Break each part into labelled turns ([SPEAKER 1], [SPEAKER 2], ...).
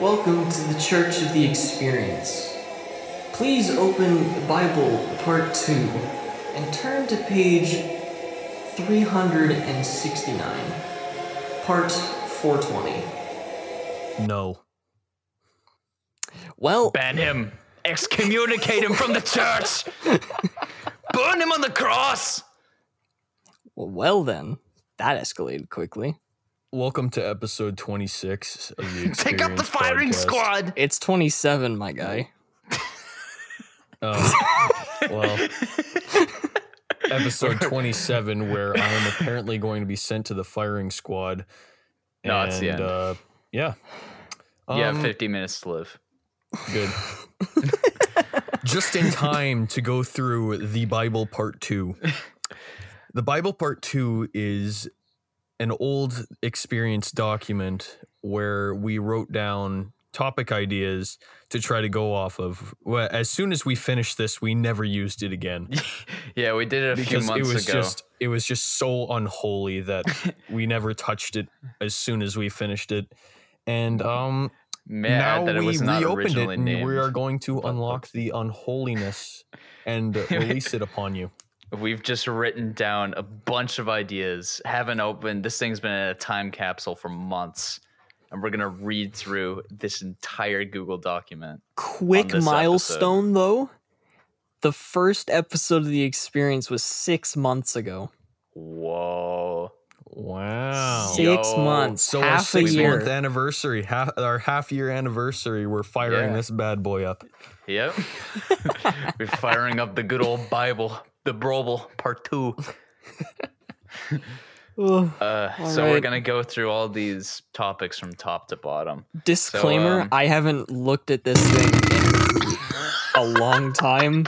[SPEAKER 1] Welcome to the Church of the Experience. Please open the Bible, Part 2, and turn to page 369, Part 420.
[SPEAKER 2] No.
[SPEAKER 1] Well,
[SPEAKER 3] Ban him. Excommunicate him from the church. Burn him on the cross.
[SPEAKER 1] well then, that escalated quickly.
[SPEAKER 2] Welcome to episode 26 of the
[SPEAKER 3] Take up the
[SPEAKER 2] Experience
[SPEAKER 3] firing
[SPEAKER 2] Podcast.
[SPEAKER 3] squad.
[SPEAKER 1] It's 27, my guy.
[SPEAKER 2] Oh, well, episode 27, where I am apparently going to be sent to the firing squad.
[SPEAKER 3] No, it's the end.
[SPEAKER 2] Uh, yeah.
[SPEAKER 3] You have
[SPEAKER 2] Um,
[SPEAKER 3] 50 minutes to live.
[SPEAKER 2] Good. Just in time to go through the Bible part two. The Bible part two is an old experience document where we wrote down topic ideas to try to go off of. Well, as soon as we finished this, we never used it again
[SPEAKER 3] Yeah, we did it a few
[SPEAKER 2] because it
[SPEAKER 3] months
[SPEAKER 2] was
[SPEAKER 3] ago.
[SPEAKER 2] just it was just so unholy that we never touched it as soon as we finished it. And um,
[SPEAKER 3] Mad that it was not originally
[SPEAKER 2] and
[SPEAKER 3] named.
[SPEAKER 2] we are going to
[SPEAKER 3] Butt
[SPEAKER 2] unlock the unholiness and release it upon you.
[SPEAKER 3] We've just written down a bunch of ideas, haven't opened. This thing's been in a time capsule for months. And we're going to read through this entire Google document.
[SPEAKER 1] Quick
[SPEAKER 3] this
[SPEAKER 1] milestone, though. The first episode of the experience was six months ago.
[SPEAKER 3] Whoa.
[SPEAKER 2] Wow.
[SPEAKER 3] Yeah.
[SPEAKER 1] Six
[SPEAKER 3] Yo.
[SPEAKER 1] months,
[SPEAKER 2] Oh. So our
[SPEAKER 1] half a
[SPEAKER 2] six
[SPEAKER 1] year.
[SPEAKER 2] month anniversary, half, our half year anniversary, we're firing
[SPEAKER 3] Yeah.
[SPEAKER 2] this bad boy up.
[SPEAKER 3] Yep. We're firing up the good old Bible, the Broble part two.
[SPEAKER 1] Ugh.
[SPEAKER 3] Uh,
[SPEAKER 1] All
[SPEAKER 3] so we're
[SPEAKER 1] right.
[SPEAKER 3] going to go through all these topics from top to bottom.
[SPEAKER 1] Disclaimer:
[SPEAKER 3] um,
[SPEAKER 1] I haven't looked at this thing in a long time,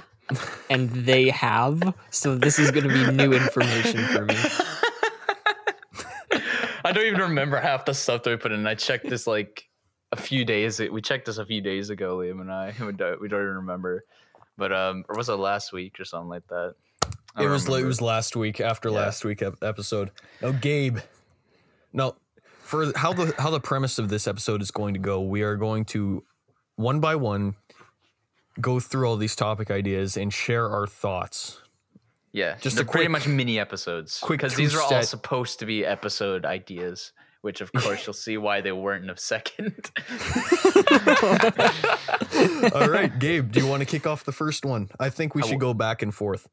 [SPEAKER 1] and they have. So this is going to be new information for me.
[SPEAKER 3] I don't even remember half the stuff that we put in. I checked this like a few days. We checked this a few days ago, Liam and I. We don't, we don't even remember, but um, or was it last week or something like that? I
[SPEAKER 2] It
[SPEAKER 3] don't
[SPEAKER 2] was it
[SPEAKER 3] remember.
[SPEAKER 2] was last week after
[SPEAKER 3] Yeah.
[SPEAKER 2] last week ep- episode. Now Gabe, no, for how the how the premise of this episode is going to go, we are going to one by one go through all these topic ideas and share our thoughts.
[SPEAKER 3] yeah,
[SPEAKER 2] just
[SPEAKER 3] just they're
[SPEAKER 2] a
[SPEAKER 3] pretty
[SPEAKER 2] quick-
[SPEAKER 3] much mini episodes
[SPEAKER 2] quick
[SPEAKER 3] because these are all
[SPEAKER 2] two-step-
[SPEAKER 3] supposed to be episode ideas. Which of course you'll see why they weren't in a second.
[SPEAKER 2] All right, Gabe, do you want to kick off the first one? I think we
[SPEAKER 3] I
[SPEAKER 2] should go
[SPEAKER 3] will-
[SPEAKER 2] back and forth.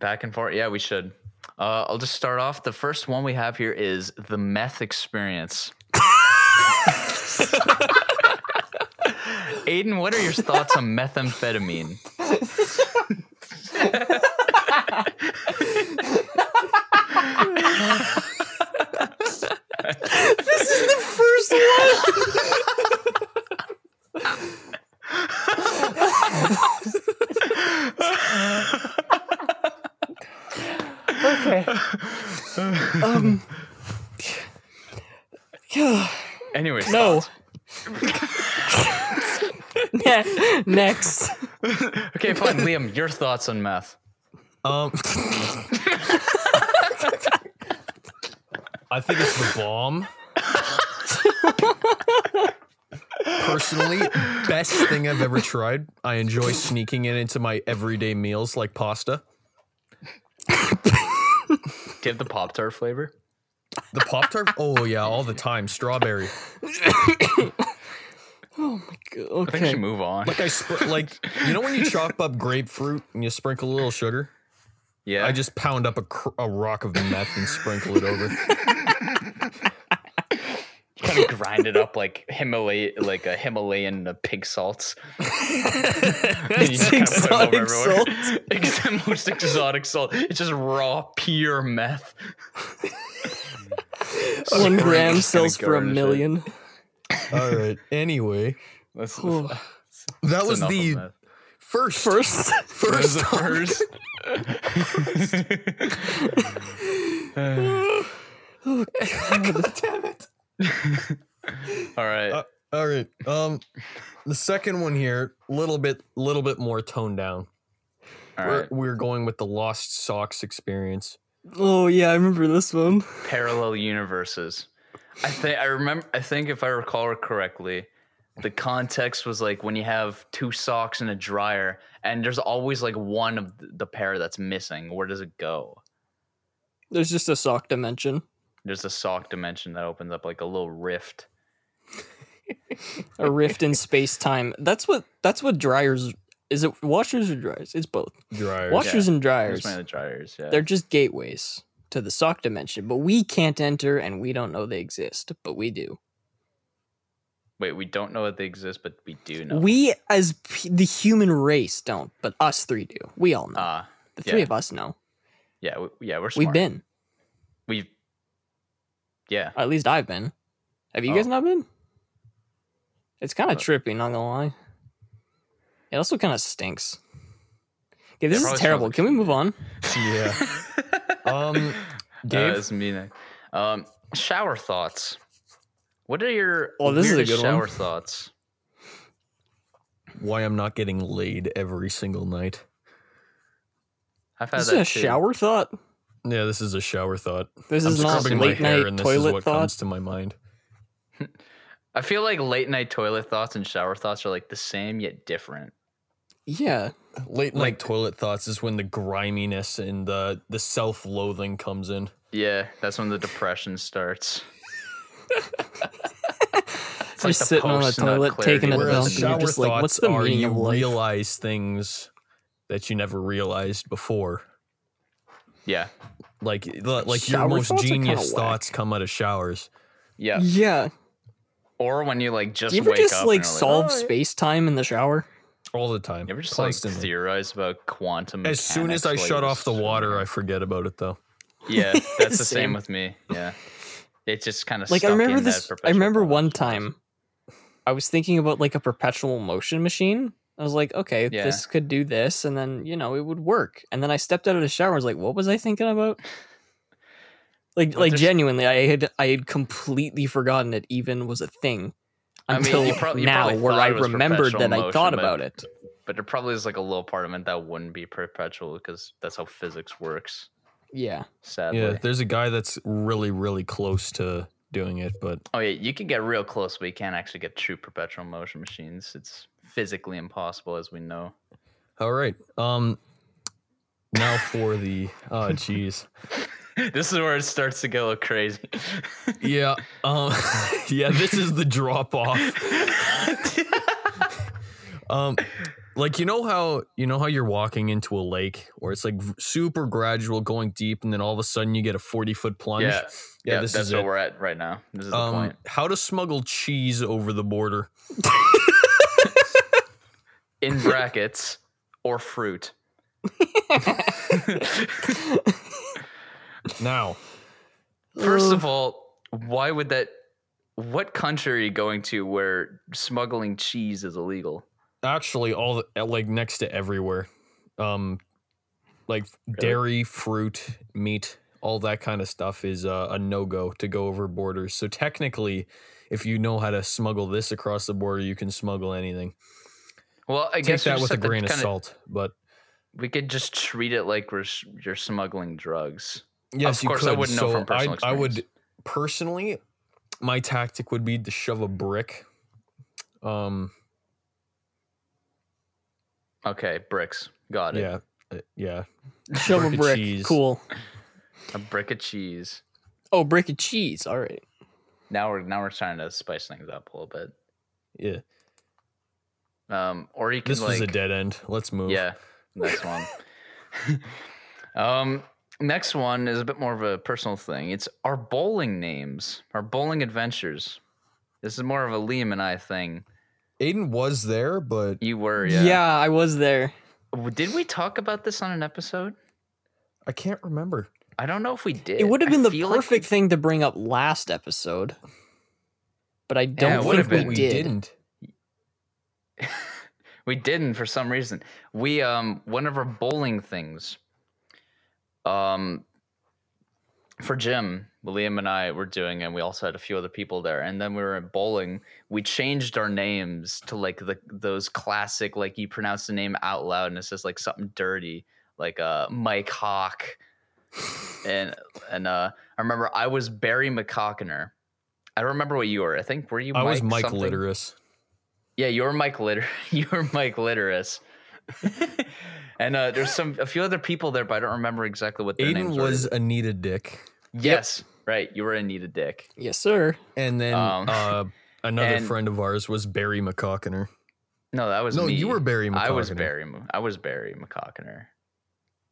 [SPEAKER 3] Back and forth. Yeah, we should. Uh, I'll just start off. The first one we have here is the meth experience. Aiden, what are your thoughts on methamphetamine?
[SPEAKER 1] This is the first one. okay. Um.
[SPEAKER 3] Anyways,
[SPEAKER 1] No.
[SPEAKER 3] thoughts.
[SPEAKER 1] Ne- next.
[SPEAKER 3] Okay, fine. Liam, your thoughts on meth?
[SPEAKER 2] Um, I think it's the bomb. Personally, best thing I've ever tried. I enjoy sneaking it into my everyday meals like pasta.
[SPEAKER 3] Do you have the Pop Tart flavor?
[SPEAKER 2] The Pop Tart? Oh, yeah, all the time. Strawberry.
[SPEAKER 3] I think we should
[SPEAKER 1] Oh Okay.
[SPEAKER 3] move on.
[SPEAKER 2] Like, I sp- like you know when you chop up grapefruit and you sprinkle a little sugar?
[SPEAKER 3] Yeah.
[SPEAKER 2] I just pound up a, cr- a rock of meth and sprinkle it over.
[SPEAKER 3] kind of grind it up like Himalay, like a Himalayan and a pig salts. And you just kinda put it
[SPEAKER 1] exotic
[SPEAKER 3] over everywhere.
[SPEAKER 1] salt.
[SPEAKER 3] Ex- most exotic salt. It's just raw, pure meth.
[SPEAKER 1] One
[SPEAKER 3] Sprinkle
[SPEAKER 1] gram
[SPEAKER 3] kinda
[SPEAKER 1] sells for a
[SPEAKER 3] garnish it.
[SPEAKER 1] million.
[SPEAKER 2] All right. Anyway,
[SPEAKER 3] That's,
[SPEAKER 1] Oh.
[SPEAKER 3] that's
[SPEAKER 2] that was
[SPEAKER 3] enough of
[SPEAKER 2] the
[SPEAKER 3] meth.
[SPEAKER 2] first
[SPEAKER 1] First.
[SPEAKER 2] first
[SPEAKER 3] That
[SPEAKER 2] topic.
[SPEAKER 3] was the first. Oh,
[SPEAKER 2] God damn it.
[SPEAKER 3] All right.
[SPEAKER 2] Uh, All right. Um the second one here, little bit little bit more toned down.
[SPEAKER 3] all
[SPEAKER 2] we're,
[SPEAKER 3] right.
[SPEAKER 2] we're going with the lost socks experience.
[SPEAKER 1] Oh yeah, I remember this one.
[SPEAKER 3] Parallel universes. I think I remember. I think if I recall correctly, the context was like when you have two socks in a dryer and there's always like one of th- the pair that's missing where does it go
[SPEAKER 1] There's just a sock dimension,
[SPEAKER 3] there's a sock dimension that opens up like a little rift
[SPEAKER 1] a rift in space time. That's what that's what dryers is it washers or dryers? It's both.
[SPEAKER 2] Dryers.
[SPEAKER 1] Washers and
[SPEAKER 3] there's
[SPEAKER 1] dryers.
[SPEAKER 3] mainly dryers yeah
[SPEAKER 1] They're just gateways to the sock dimension, but we can't enter and we don't know they exist, but we do.
[SPEAKER 3] wait we don't know that they exist but we do know
[SPEAKER 1] We as p- the human race don't, but us three do. We all know.
[SPEAKER 3] uh
[SPEAKER 1] the three
[SPEAKER 3] yeah.
[SPEAKER 1] of us know.
[SPEAKER 3] yeah we, yeah we're
[SPEAKER 1] We've
[SPEAKER 3] smart.
[SPEAKER 1] been.
[SPEAKER 3] we've yeah
[SPEAKER 1] At least I've been. Have you guys
[SPEAKER 3] Oh.
[SPEAKER 1] not been? It's kind
[SPEAKER 3] Uh,
[SPEAKER 1] of trippy, not gonna lie. It also kind of stinks. Okay,
[SPEAKER 3] It
[SPEAKER 1] this
[SPEAKER 3] probably
[SPEAKER 1] is
[SPEAKER 3] smells
[SPEAKER 1] terrible.
[SPEAKER 3] like
[SPEAKER 1] Can we
[SPEAKER 3] shit,
[SPEAKER 1] move
[SPEAKER 3] dude.
[SPEAKER 1] on?
[SPEAKER 2] Yeah.
[SPEAKER 1] Uh,
[SPEAKER 2] Um,
[SPEAKER 3] Uh,
[SPEAKER 2] Dave,
[SPEAKER 3] it's me next. Um, shower thoughts. What are your
[SPEAKER 1] Oh, this is a
[SPEAKER 3] weirdest
[SPEAKER 1] good one.
[SPEAKER 3] shower thoughts?
[SPEAKER 2] why I'm not getting laid every single night?
[SPEAKER 3] I've had
[SPEAKER 1] This is
[SPEAKER 3] that
[SPEAKER 1] a
[SPEAKER 3] too.
[SPEAKER 1] shower thought.
[SPEAKER 2] Yeah, this is a shower thought.
[SPEAKER 1] This
[SPEAKER 2] I'm
[SPEAKER 1] is not
[SPEAKER 2] scrubbing
[SPEAKER 1] late
[SPEAKER 2] my hair,
[SPEAKER 1] night
[SPEAKER 2] and this is
[SPEAKER 1] toilet
[SPEAKER 2] what
[SPEAKER 1] thought.
[SPEAKER 2] comes to my mind.
[SPEAKER 3] I feel like late night toilet thoughts and shower thoughts are like the same yet different.
[SPEAKER 1] Yeah,
[SPEAKER 2] Late night toilet thoughts is when the griminess and the the self loathing comes in.
[SPEAKER 3] Yeah, that's when the depression starts. it's
[SPEAKER 1] just sitting on the
[SPEAKER 3] post-nut
[SPEAKER 1] toilet,
[SPEAKER 3] clarity
[SPEAKER 1] taking a
[SPEAKER 3] where
[SPEAKER 1] dump, and
[SPEAKER 2] Whereas
[SPEAKER 3] it's-
[SPEAKER 1] you're
[SPEAKER 2] shower
[SPEAKER 1] just
[SPEAKER 2] thoughts
[SPEAKER 1] like, what's the
[SPEAKER 2] are
[SPEAKER 1] meaning
[SPEAKER 2] you
[SPEAKER 1] of life?
[SPEAKER 2] realize things that you never realized before.
[SPEAKER 3] Yeah,
[SPEAKER 2] Like l- like
[SPEAKER 1] Shower
[SPEAKER 2] your most
[SPEAKER 1] thoughts are kinda
[SPEAKER 2] genius
[SPEAKER 1] whack.
[SPEAKER 2] thoughts come out of showers.
[SPEAKER 3] yeah.
[SPEAKER 2] Mm.
[SPEAKER 1] yeah.
[SPEAKER 3] Or when you like just
[SPEAKER 1] Do you ever
[SPEAKER 3] wake
[SPEAKER 1] just
[SPEAKER 3] up
[SPEAKER 1] like
[SPEAKER 3] and you're
[SPEAKER 1] solve
[SPEAKER 3] "Oh,
[SPEAKER 1] space time in the shower?
[SPEAKER 2] all the time.
[SPEAKER 3] You ever just
[SPEAKER 2] constantly.
[SPEAKER 3] like theorize about quantum?
[SPEAKER 2] as soon as I
[SPEAKER 3] mechanics
[SPEAKER 2] shut
[SPEAKER 3] while
[SPEAKER 2] off the
[SPEAKER 3] you're
[SPEAKER 2] water, I
[SPEAKER 3] swimming?
[SPEAKER 2] forget about it though.
[SPEAKER 3] yeah, that's the same
[SPEAKER 1] Same.
[SPEAKER 3] with me. Yeah, it just kind of
[SPEAKER 1] Like I remember
[SPEAKER 3] in
[SPEAKER 1] this. I
[SPEAKER 3] That perpetual
[SPEAKER 1] remember
[SPEAKER 3] thought
[SPEAKER 1] one
[SPEAKER 3] process.
[SPEAKER 1] time, I was thinking about like a perpetual motion machine. I was like, okay,
[SPEAKER 3] Yeah.
[SPEAKER 1] this could do this, and then you know it would work. And then I stepped out of the shower. and was like, what was I thinking about? Like,
[SPEAKER 3] But
[SPEAKER 1] like
[SPEAKER 3] there's-
[SPEAKER 1] genuinely, I had I had completely forgoten it even was a thing
[SPEAKER 3] I mean, you
[SPEAKER 1] until
[SPEAKER 3] prob- you
[SPEAKER 1] now,
[SPEAKER 3] probably
[SPEAKER 1] where
[SPEAKER 3] thought
[SPEAKER 1] I
[SPEAKER 3] it was
[SPEAKER 1] remembered that
[SPEAKER 3] perpetual
[SPEAKER 1] I thought
[SPEAKER 3] motion, but-
[SPEAKER 1] about it.
[SPEAKER 3] But there probably is like a little part of it that wouldn't be perpetual because that's how physics works.
[SPEAKER 1] Yeah,
[SPEAKER 3] Sadly.
[SPEAKER 2] Yeah, there's a guy that's really, really close to doing it, but
[SPEAKER 3] Oh yeah, you can get real close, but you can't actually get true perpetual motion machines. It's physically impossible, as we know.
[SPEAKER 2] all right. Um, now for the oh jeez,
[SPEAKER 3] this is where it starts to go crazy.
[SPEAKER 2] yeah, um, yeah, this is the drop off. Um, like you know how you know how you're walking into a lake where it's like v- super gradual, going deep, and then all of a sudden you get a forty foot plunge.
[SPEAKER 3] yeah, yeah,
[SPEAKER 2] this
[SPEAKER 3] that's
[SPEAKER 2] is
[SPEAKER 3] where
[SPEAKER 2] it.
[SPEAKER 3] we're at right now. This is the
[SPEAKER 2] Um,
[SPEAKER 3] point.
[SPEAKER 2] how to smuggle cheese over the border?
[SPEAKER 3] In brackets or fruit.
[SPEAKER 2] Now,
[SPEAKER 3] First
[SPEAKER 1] Ugh.
[SPEAKER 3] of all, why would that? What country are you going to where smuggling cheese is illegal?
[SPEAKER 2] actually all the, uh, like next to everywhere um like dairy fruit meat all that kind of stuff is uh, a no-go to go over borders so technically if you know how to smuggle this across the border you can smuggle anything
[SPEAKER 3] Well, I
[SPEAKER 2] take
[SPEAKER 3] guess we
[SPEAKER 2] that with
[SPEAKER 3] just
[SPEAKER 2] a
[SPEAKER 3] have to
[SPEAKER 2] grain of
[SPEAKER 3] kinda-
[SPEAKER 2] salt but
[SPEAKER 3] We could just treat it like we're s- you're smuggling drugs.
[SPEAKER 2] yes
[SPEAKER 3] of course,
[SPEAKER 2] you could.
[SPEAKER 3] I wouldn't know
[SPEAKER 2] So
[SPEAKER 3] from personal
[SPEAKER 2] I, I
[SPEAKER 3] experience.
[SPEAKER 2] would personally my tactic would be to shove a brick um
[SPEAKER 3] Okay, bricks. Got it.
[SPEAKER 2] yeah uh, yeah
[SPEAKER 1] shove a
[SPEAKER 2] Brick of
[SPEAKER 1] brick.
[SPEAKER 2] cheese.
[SPEAKER 1] Cool.
[SPEAKER 3] A brick of cheese.
[SPEAKER 1] Oh, brick of cheese. All right.
[SPEAKER 3] Now we're now we're trying to spice things up a little
[SPEAKER 2] yeah
[SPEAKER 3] bit. Um, or you can
[SPEAKER 2] this
[SPEAKER 3] like
[SPEAKER 2] was a dead end let's move
[SPEAKER 3] yeah, next one. um, next one is a bit more of a personal thing. It's our bowling names, our bowling adventures. This is more of a Liam and I thing.
[SPEAKER 2] aiden was there but
[SPEAKER 3] You were
[SPEAKER 1] Yeah.
[SPEAKER 3] yeah.
[SPEAKER 1] I was there.
[SPEAKER 3] W- Did we talk about this on an episode?
[SPEAKER 2] I can't remember.
[SPEAKER 3] I don't know if we did.
[SPEAKER 1] It would have
[SPEAKER 3] I
[SPEAKER 1] been the
[SPEAKER 3] feel like we
[SPEAKER 1] perfect thing to bring up last episode, but I
[SPEAKER 3] Yeah,
[SPEAKER 1] don't
[SPEAKER 3] it
[SPEAKER 2] What
[SPEAKER 3] would
[SPEAKER 1] think
[SPEAKER 2] if
[SPEAKER 3] would've
[SPEAKER 1] we
[SPEAKER 3] been-
[SPEAKER 1] did.
[SPEAKER 2] we didn't.
[SPEAKER 3] We didn't for some reason. We um one of our bowling things. Um for Jim, Liam and I were doing and we also had a few other people there. And then we were at bowling. We changed our names to like the those classic like you pronounce the name out loud and it says like something dirty, like uh Mike Hawk. and and uh I remember I was Barry McCockiner. I don't remember what you were. I think were you
[SPEAKER 2] I was Mike
[SPEAKER 3] something?
[SPEAKER 2] Literus.
[SPEAKER 3] Yeah, you're Mike Litter. You're Mike Litterus. and uh, there's some a few other people there, but I don't remember exactly what their
[SPEAKER 2] Aiden
[SPEAKER 3] names
[SPEAKER 2] was
[SPEAKER 3] were.
[SPEAKER 2] Anita Dick,
[SPEAKER 3] Yes, right. You were Anita Dick.
[SPEAKER 1] Yes, sir.
[SPEAKER 2] and then
[SPEAKER 3] Um,
[SPEAKER 2] uh, another
[SPEAKER 3] and-
[SPEAKER 2] friend of ours was Barry McCockiner.
[SPEAKER 3] No, that was
[SPEAKER 2] No,
[SPEAKER 3] me.
[SPEAKER 2] you were Barry. McCockiner.
[SPEAKER 3] I was Barry. M- I was Barry McCockiner.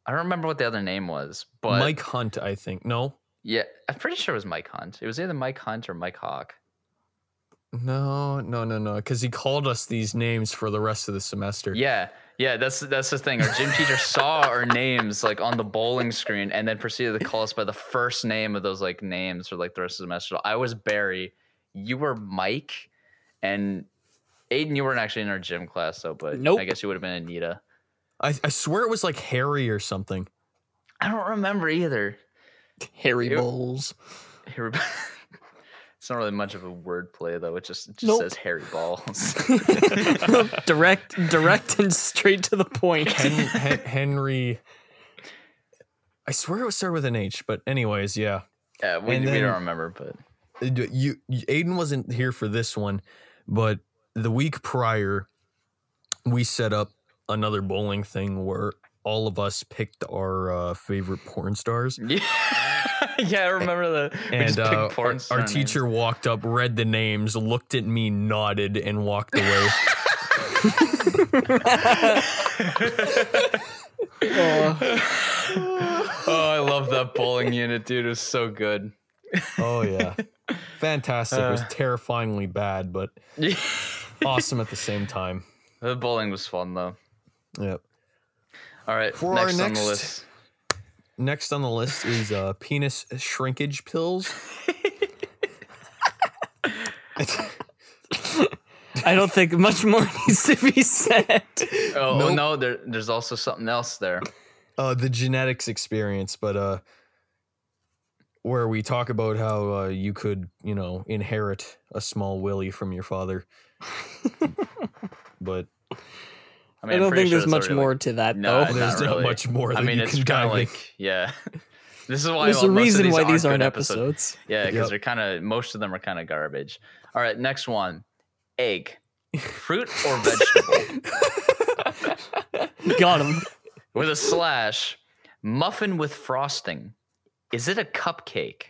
[SPEAKER 3] I don't remember what the other name was, but
[SPEAKER 2] Mike Hunt, I think. No,
[SPEAKER 3] Yeah, I'm pretty sure it was Mike Hunt. It was either Mike Hunt or Mike Hawk.
[SPEAKER 2] no, no, no, no, because he called us these names for the rest of the semester.
[SPEAKER 3] Yeah, yeah, that's that's the thing. Our gym teacher saw our names like on the bowling screen, and then proceeded to call us by the first name of those like names for like the rest of the semester. I was Barry, you were Mike, and Aiden. You weren't actually in our gym class, though. But
[SPEAKER 1] Nope.
[SPEAKER 3] I guess you would have been Anita.
[SPEAKER 2] I, I swear it was like Harry or something.
[SPEAKER 3] I don't remember either.
[SPEAKER 1] Harry
[SPEAKER 3] Ew.
[SPEAKER 1] Bowles.
[SPEAKER 3] Harry- It's not really much of a wordplay though. It just it just
[SPEAKER 1] Nope.
[SPEAKER 3] says Harry balls.
[SPEAKER 1] direct, direct, and straight to the point.
[SPEAKER 2] Hen, Hen, Henry. I swear it was started with an H, but anyways, yeah.
[SPEAKER 3] yeah, we,
[SPEAKER 2] And
[SPEAKER 3] we
[SPEAKER 2] then-
[SPEAKER 3] don't remember, but
[SPEAKER 2] you, you Aiden wasn't here for this one, but the week prior, we set up another bowling thing where all of us picked our uh, favorite porn stars.
[SPEAKER 3] Yeah, yeah, I remember that. We
[SPEAKER 2] And
[SPEAKER 3] just picked
[SPEAKER 2] uh,
[SPEAKER 3] porn
[SPEAKER 2] our,
[SPEAKER 3] star
[SPEAKER 2] our
[SPEAKER 3] names.
[SPEAKER 2] teacher walked up, read the names, looked at me, nodded, and walked away.
[SPEAKER 3] oh, I love that bowling unit, dude. It was so good.
[SPEAKER 2] oh yeah, fantastic! it was
[SPEAKER 3] Uh.
[SPEAKER 2] terrifyingly bad, but awesome at the same time.
[SPEAKER 3] the bowling was fun though.
[SPEAKER 2] Yep.
[SPEAKER 3] All right,
[SPEAKER 2] For our
[SPEAKER 3] next, on the
[SPEAKER 2] next-
[SPEAKER 3] list.
[SPEAKER 2] Next on the list is uh, penis shrinkage pills.
[SPEAKER 1] I don't think much more needs to be said.
[SPEAKER 3] Oh,
[SPEAKER 2] Nope.
[SPEAKER 3] no, there, there's also something else there.
[SPEAKER 2] uh, the genetics experience, but uh, where we talk about how uh, you could, you know, inherit a small willy from your father. but
[SPEAKER 3] I,
[SPEAKER 1] I,
[SPEAKER 3] mean, I'm
[SPEAKER 1] don't
[SPEAKER 3] pretty
[SPEAKER 1] think
[SPEAKER 3] sure
[SPEAKER 1] there's
[SPEAKER 3] that's
[SPEAKER 1] much
[SPEAKER 3] already,
[SPEAKER 1] more
[SPEAKER 3] like-
[SPEAKER 1] to that,
[SPEAKER 3] No,
[SPEAKER 1] though.
[SPEAKER 3] Not
[SPEAKER 2] there's not
[SPEAKER 3] really.
[SPEAKER 2] much more.
[SPEAKER 3] I
[SPEAKER 2] that
[SPEAKER 3] mean,
[SPEAKER 2] you
[SPEAKER 3] it's
[SPEAKER 2] can
[SPEAKER 3] kind
[SPEAKER 2] dive in.
[SPEAKER 3] of like yeah. This is why
[SPEAKER 1] There's
[SPEAKER 3] all-
[SPEAKER 1] a
[SPEAKER 3] most of
[SPEAKER 1] reason why these
[SPEAKER 3] good
[SPEAKER 1] aren't episodes.
[SPEAKER 3] Yeah, because
[SPEAKER 2] Yep.
[SPEAKER 3] they're kind of most of them are kind of garbage. All right, next one: egg, fruit or vegetable
[SPEAKER 1] Got him.
[SPEAKER 3] with a slash, muffin with frosting. Is it a cupcake?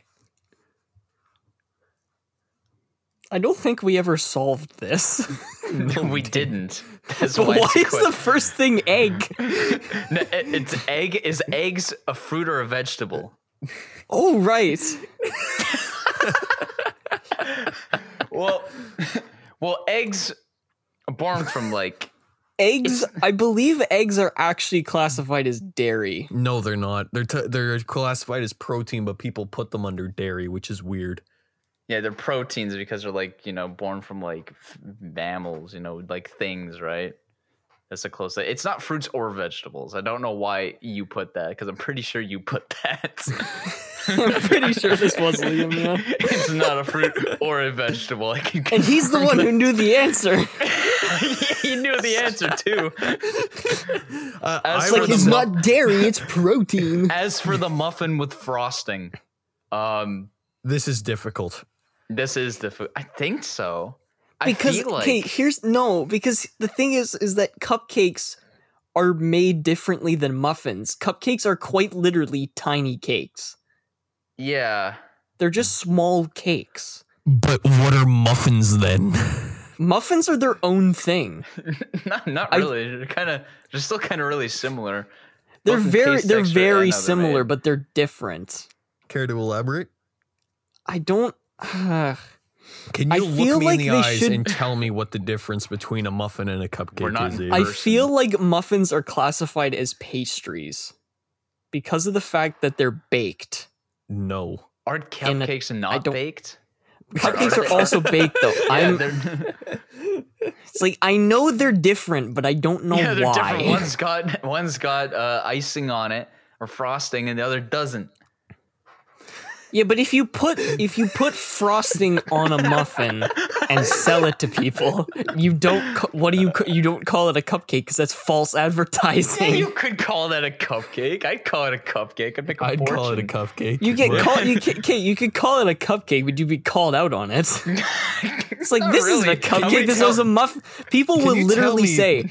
[SPEAKER 1] I don't think we ever solved this.
[SPEAKER 3] No, we didn't. That's
[SPEAKER 1] But
[SPEAKER 3] why,
[SPEAKER 1] why
[SPEAKER 3] it's
[SPEAKER 1] is
[SPEAKER 3] a
[SPEAKER 1] the first thing egg?
[SPEAKER 3] que- No, it- it's egg. Is eggs a fruit or a vegetable?
[SPEAKER 1] Oh, right.
[SPEAKER 3] Well, well, eggs are born from like
[SPEAKER 1] Eggs, I believe eggs are actually classified as dairy.
[SPEAKER 2] No, they're not. They're t- they're classified as protein, but people put them under dairy, which is weird.
[SPEAKER 3] yeah, they're proteins because they're like you know born from like f- mammals, you know, like things, right? That's a close. It's not fruits or vegetables. I don't know why you put that because I'm pretty sure you put that.
[SPEAKER 1] I'm pretty sure this was Liam, yeah.
[SPEAKER 3] it's not a fruit or a vegetable. I can
[SPEAKER 1] And he's the one who knew the answer.
[SPEAKER 3] he knew the answer too.
[SPEAKER 2] Uh,
[SPEAKER 3] As
[SPEAKER 1] It's
[SPEAKER 3] for
[SPEAKER 1] like
[SPEAKER 3] the
[SPEAKER 1] it's
[SPEAKER 3] mu-
[SPEAKER 1] not dairy, it's protein.
[SPEAKER 3] As for the muffin with frosting, um,
[SPEAKER 2] This is difficult.
[SPEAKER 3] this is the food. I think so.
[SPEAKER 1] because
[SPEAKER 3] I feel like
[SPEAKER 1] okay, here's no, because the thing is is that cupcakes are made differently than muffins. Cupcakes are quite literally tiny cakes.
[SPEAKER 3] yeah,
[SPEAKER 1] They're just small cakes.
[SPEAKER 2] But what are muffins then?
[SPEAKER 1] Muffins are their own thing.
[SPEAKER 3] not not
[SPEAKER 1] I-
[SPEAKER 3] really. they're kind of they're still kind of really similar.
[SPEAKER 1] They're
[SPEAKER 3] Muffin
[SPEAKER 1] very
[SPEAKER 3] taste
[SPEAKER 1] they're
[SPEAKER 3] texture, I
[SPEAKER 1] very
[SPEAKER 3] know they're
[SPEAKER 1] similar,
[SPEAKER 3] made.
[SPEAKER 1] but they're different.
[SPEAKER 2] Care to elaborate?
[SPEAKER 1] I don't
[SPEAKER 2] Can
[SPEAKER 1] I
[SPEAKER 2] you look
[SPEAKER 1] feel
[SPEAKER 2] me
[SPEAKER 1] like
[SPEAKER 2] in the
[SPEAKER 1] they
[SPEAKER 2] eyes
[SPEAKER 1] should-
[SPEAKER 2] and tell me what the difference between a muffin and a cupcake
[SPEAKER 3] We're not-
[SPEAKER 2] is?
[SPEAKER 1] I
[SPEAKER 2] Aiden?
[SPEAKER 3] person.
[SPEAKER 1] feel like muffins are classified as pastries because of the fact that they're baked.
[SPEAKER 2] no.
[SPEAKER 3] Are
[SPEAKER 1] And, uh,
[SPEAKER 3] cupcakes
[SPEAKER 1] I
[SPEAKER 3] not
[SPEAKER 1] don't-
[SPEAKER 3] baked?
[SPEAKER 1] Cupcakes are also baked though.
[SPEAKER 3] Yeah,
[SPEAKER 1] I'm
[SPEAKER 3] they're,
[SPEAKER 1] it's like I know they're different, but I don't know
[SPEAKER 3] yeah, they're different.
[SPEAKER 1] why.
[SPEAKER 3] One's got one's got uh, icing on it or frosting, and the other doesn't.
[SPEAKER 1] Yeah, but if you put if you put frosting on a muffin and sell it to people, you don't. ca- What do you ca- you don't call it a cupcake because that's false
[SPEAKER 3] Yeah,
[SPEAKER 1] advertising.
[SPEAKER 3] you could call that a cupcake. I'd call it a cupcake. I'd make a
[SPEAKER 2] I'd
[SPEAKER 3] fortune.
[SPEAKER 2] call it a cupcake.
[SPEAKER 1] You get
[SPEAKER 2] but-
[SPEAKER 1] called. You can, can- you could call it a cupcake, but you'd be called out on it. It's like
[SPEAKER 3] Not
[SPEAKER 1] this isn't
[SPEAKER 3] really.
[SPEAKER 1] a
[SPEAKER 3] Can we
[SPEAKER 1] cupcake. This
[SPEAKER 3] tell-
[SPEAKER 1] was a muffin. People
[SPEAKER 2] Can
[SPEAKER 1] will
[SPEAKER 2] you tell
[SPEAKER 1] literally
[SPEAKER 2] me-
[SPEAKER 1] say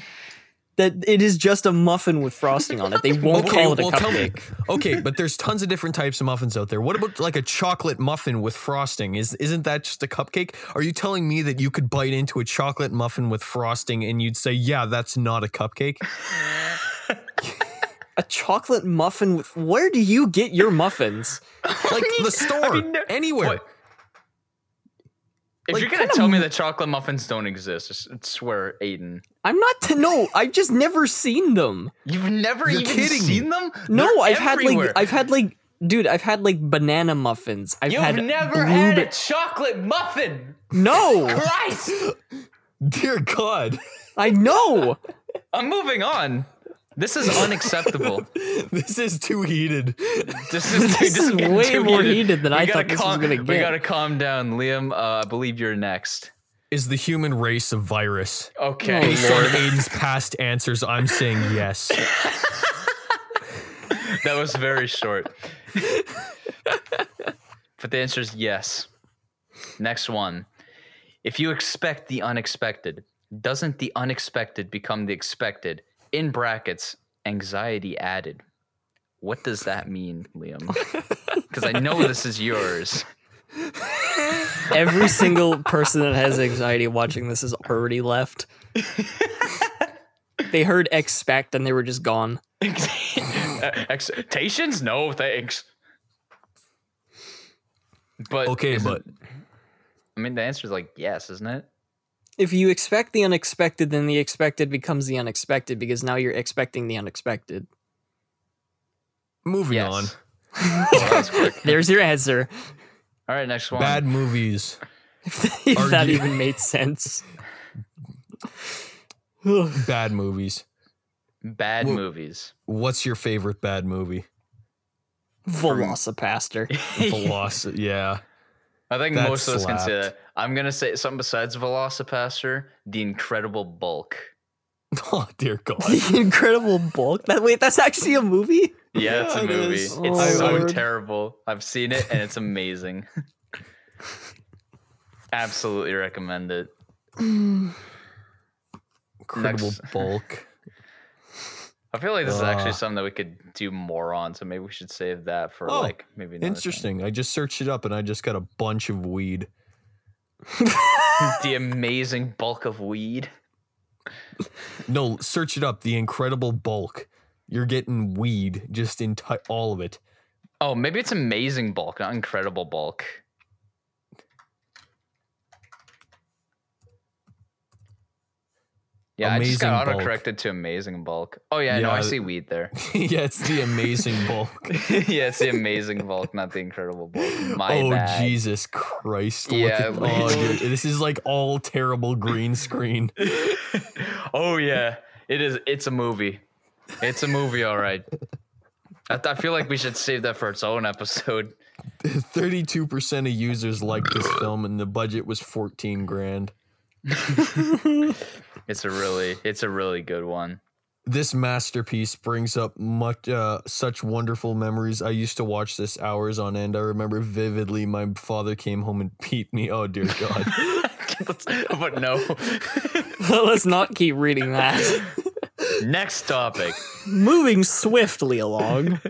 [SPEAKER 1] that it is just a muffin with frosting on it. They won't call it a
[SPEAKER 2] well, tell me-
[SPEAKER 1] cupcake.
[SPEAKER 2] okay, but there's tons of different types of muffins out there. What about like a chocolate muffin with frosting? Is isn't that just a cupcake? Are you telling me that you could bite into a chocolate muffin with frosting and you'd say, "Yeah, that's not a cupcake"?
[SPEAKER 1] A chocolate muffin with. Where do you get your muffins?
[SPEAKER 2] Like the store,
[SPEAKER 3] mean, no-
[SPEAKER 2] anywhere.
[SPEAKER 3] what? If
[SPEAKER 1] Like,
[SPEAKER 3] you're gonna
[SPEAKER 1] kinda
[SPEAKER 3] tell me that chocolate muffins don't exist, I s- I swear, Aiden,
[SPEAKER 1] I'm not to know. I've just never seen them.
[SPEAKER 3] you've never
[SPEAKER 2] You're
[SPEAKER 3] even
[SPEAKER 2] kidding me.
[SPEAKER 3] seen them.
[SPEAKER 1] No,
[SPEAKER 3] They're
[SPEAKER 1] I've had
[SPEAKER 3] everywhere.
[SPEAKER 1] like I've had like dude, I've had like banana muffins. I've
[SPEAKER 3] You've
[SPEAKER 1] had
[SPEAKER 3] never had a
[SPEAKER 1] blueber-
[SPEAKER 3] chocolate muffin.
[SPEAKER 1] No,
[SPEAKER 3] Christ!
[SPEAKER 2] Dear God,
[SPEAKER 1] I know.
[SPEAKER 3] I'm moving on. This is unacceptable.
[SPEAKER 2] this is too heated.
[SPEAKER 3] This is,
[SPEAKER 1] This is
[SPEAKER 3] getting
[SPEAKER 1] way
[SPEAKER 3] too
[SPEAKER 1] more heated than I
[SPEAKER 3] gotta
[SPEAKER 1] thought this was
[SPEAKER 3] calm-
[SPEAKER 1] gonna
[SPEAKER 3] We
[SPEAKER 1] get.
[SPEAKER 3] gotta calm down, Liam. Uh, I believe you're next.
[SPEAKER 2] Is the human race a virus?
[SPEAKER 1] Oh,
[SPEAKER 3] Okay.
[SPEAKER 2] Based on Aiden's past answers, I'm saying yes.
[SPEAKER 3] That was very short. but the answer is yes. Next one. If you expect the unexpected, doesn't the unexpected become the expected? In brackets, anxiety added. What does that mean, Liam? Because I know this is yours.
[SPEAKER 1] Every single person that has anxiety watching this has already left. they heard expect and they were just gone.
[SPEAKER 3] Uh, Expectations? No, thanks. But
[SPEAKER 2] Okay,
[SPEAKER 3] isn't-
[SPEAKER 2] but
[SPEAKER 3] I mean the answer is like yes, isn't it?
[SPEAKER 1] If you expect the unexpected, then the expected becomes the unexpected because now you're expecting the unexpected.
[SPEAKER 2] moving
[SPEAKER 3] Yes.
[SPEAKER 2] on.
[SPEAKER 3] Oh, that was quick.
[SPEAKER 1] There's your answer.
[SPEAKER 3] All right, next one.
[SPEAKER 2] Bad movies.
[SPEAKER 1] if
[SPEAKER 2] Are
[SPEAKER 1] that
[SPEAKER 2] you-
[SPEAKER 1] even made sense.
[SPEAKER 2] Bad movies.
[SPEAKER 3] Bad
[SPEAKER 2] Well-
[SPEAKER 3] movies.
[SPEAKER 2] What's your favorite bad movie?
[SPEAKER 1] Velocipaster.
[SPEAKER 3] I
[SPEAKER 2] Veloci- yeah.
[SPEAKER 3] think
[SPEAKER 2] That
[SPEAKER 3] most of us can say
[SPEAKER 2] slapped.
[SPEAKER 3] that. I'm gonna say something besides Velocipaster, The Incredible Bulk.
[SPEAKER 2] Oh dear God!
[SPEAKER 1] the Incredible Bulk. That wait, that's actually a movie.
[SPEAKER 3] Yeah, it's
[SPEAKER 2] Yeah,
[SPEAKER 3] a
[SPEAKER 2] it
[SPEAKER 3] movie.
[SPEAKER 2] is.
[SPEAKER 3] It's
[SPEAKER 1] Oh,
[SPEAKER 3] so
[SPEAKER 1] Lord.
[SPEAKER 3] terrible. I've seen it and it's amazing. Absolutely recommend it.
[SPEAKER 2] Incredible
[SPEAKER 3] Next.
[SPEAKER 2] bulk.
[SPEAKER 3] I feel like this is
[SPEAKER 2] Uh.
[SPEAKER 3] actually something that we could do more on, so maybe we should save that for
[SPEAKER 2] Oh,
[SPEAKER 3] like maybe another time.
[SPEAKER 2] Interesting. I just searched it up and I just got a bunch of weed.
[SPEAKER 3] The amazing bulk of weed.
[SPEAKER 2] No, search it up. The incredible bulk. You're getting weed, just enti- all of it.
[SPEAKER 3] Oh, maybe it's amazing bulk, not incredible bulk. Yeah, I just got
[SPEAKER 2] Amazing bulk.
[SPEAKER 3] autocorrected to amazing bulk. Oh yeah, no, I
[SPEAKER 2] Yeah.
[SPEAKER 3] see weed there.
[SPEAKER 2] yeah, it's the amazing bulk.
[SPEAKER 3] yeah, it's the amazing bulk, not the incredible bulk. My
[SPEAKER 2] oh
[SPEAKER 3] bad.
[SPEAKER 2] Jesus Christ! Look
[SPEAKER 3] Yeah,
[SPEAKER 2] at,
[SPEAKER 3] look
[SPEAKER 2] oh,
[SPEAKER 3] at-
[SPEAKER 2] dude, this is like all terrible green screen.
[SPEAKER 3] oh yeah, it is. It's a movie. It's a movie, all right. I, I feel like we should save that for its own episode.
[SPEAKER 2] Thirty-two percent of users liked this film, and the budget was fourteen grand.
[SPEAKER 3] It's a really, it's a really good one.
[SPEAKER 2] this masterpiece brings up much uh, such wonderful memories. I used to watch this hours on end. I remember vividly. My father came home and beat me. Oh dear God!
[SPEAKER 3] but no.
[SPEAKER 1] Let's not keep reading that.
[SPEAKER 3] Next topic.
[SPEAKER 1] Moving swiftly along.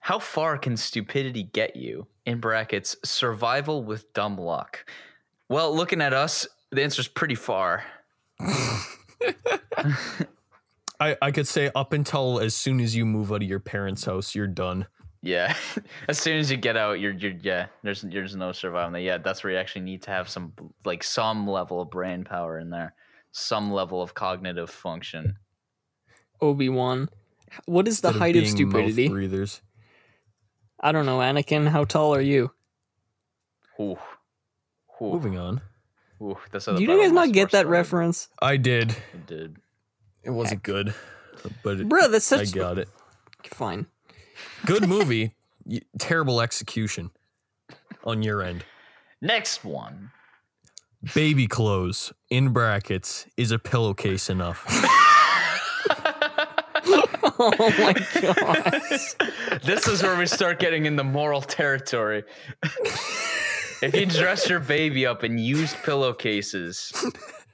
[SPEAKER 3] How far can stupidity get you? In brackets, survival with dumb luck. Well, looking at us, the answer's pretty far.
[SPEAKER 2] I I could say up until as soon as you move out of your parents' house, you're done.
[SPEAKER 3] Yeah. As soon as you get out, you're you're yeah, there's there's no surviving that. Yeah, that's where you actually need to have some like some level of brain power in there. Some level of cognitive function.
[SPEAKER 1] Obi Wan. What is the
[SPEAKER 2] Instead
[SPEAKER 1] height of
[SPEAKER 2] being mouth
[SPEAKER 1] stupidity?
[SPEAKER 2] breathers.
[SPEAKER 1] I don't know, Anakin. How tall are you?
[SPEAKER 3] Ooh. Ooh.
[SPEAKER 2] Moving on.
[SPEAKER 3] Ooh. That's how
[SPEAKER 1] Do
[SPEAKER 3] the
[SPEAKER 1] you
[SPEAKER 3] battle
[SPEAKER 1] guys
[SPEAKER 3] of
[SPEAKER 1] not
[SPEAKER 3] Mustafar
[SPEAKER 1] get that
[SPEAKER 3] started.
[SPEAKER 1] reference,
[SPEAKER 2] I did.
[SPEAKER 3] It did.
[SPEAKER 2] It wasn't good, but it,
[SPEAKER 1] bro? That's
[SPEAKER 2] I
[SPEAKER 1] such
[SPEAKER 2] got it.
[SPEAKER 1] fine.
[SPEAKER 2] Good movie. y- terrible execution on your end.
[SPEAKER 3] Next one.
[SPEAKER 2] Baby clothes in brackets is a pillowcase enough.
[SPEAKER 1] oh my god.
[SPEAKER 3] this is where we start getting in the moral territory. if you dress your baby up in used pillowcases,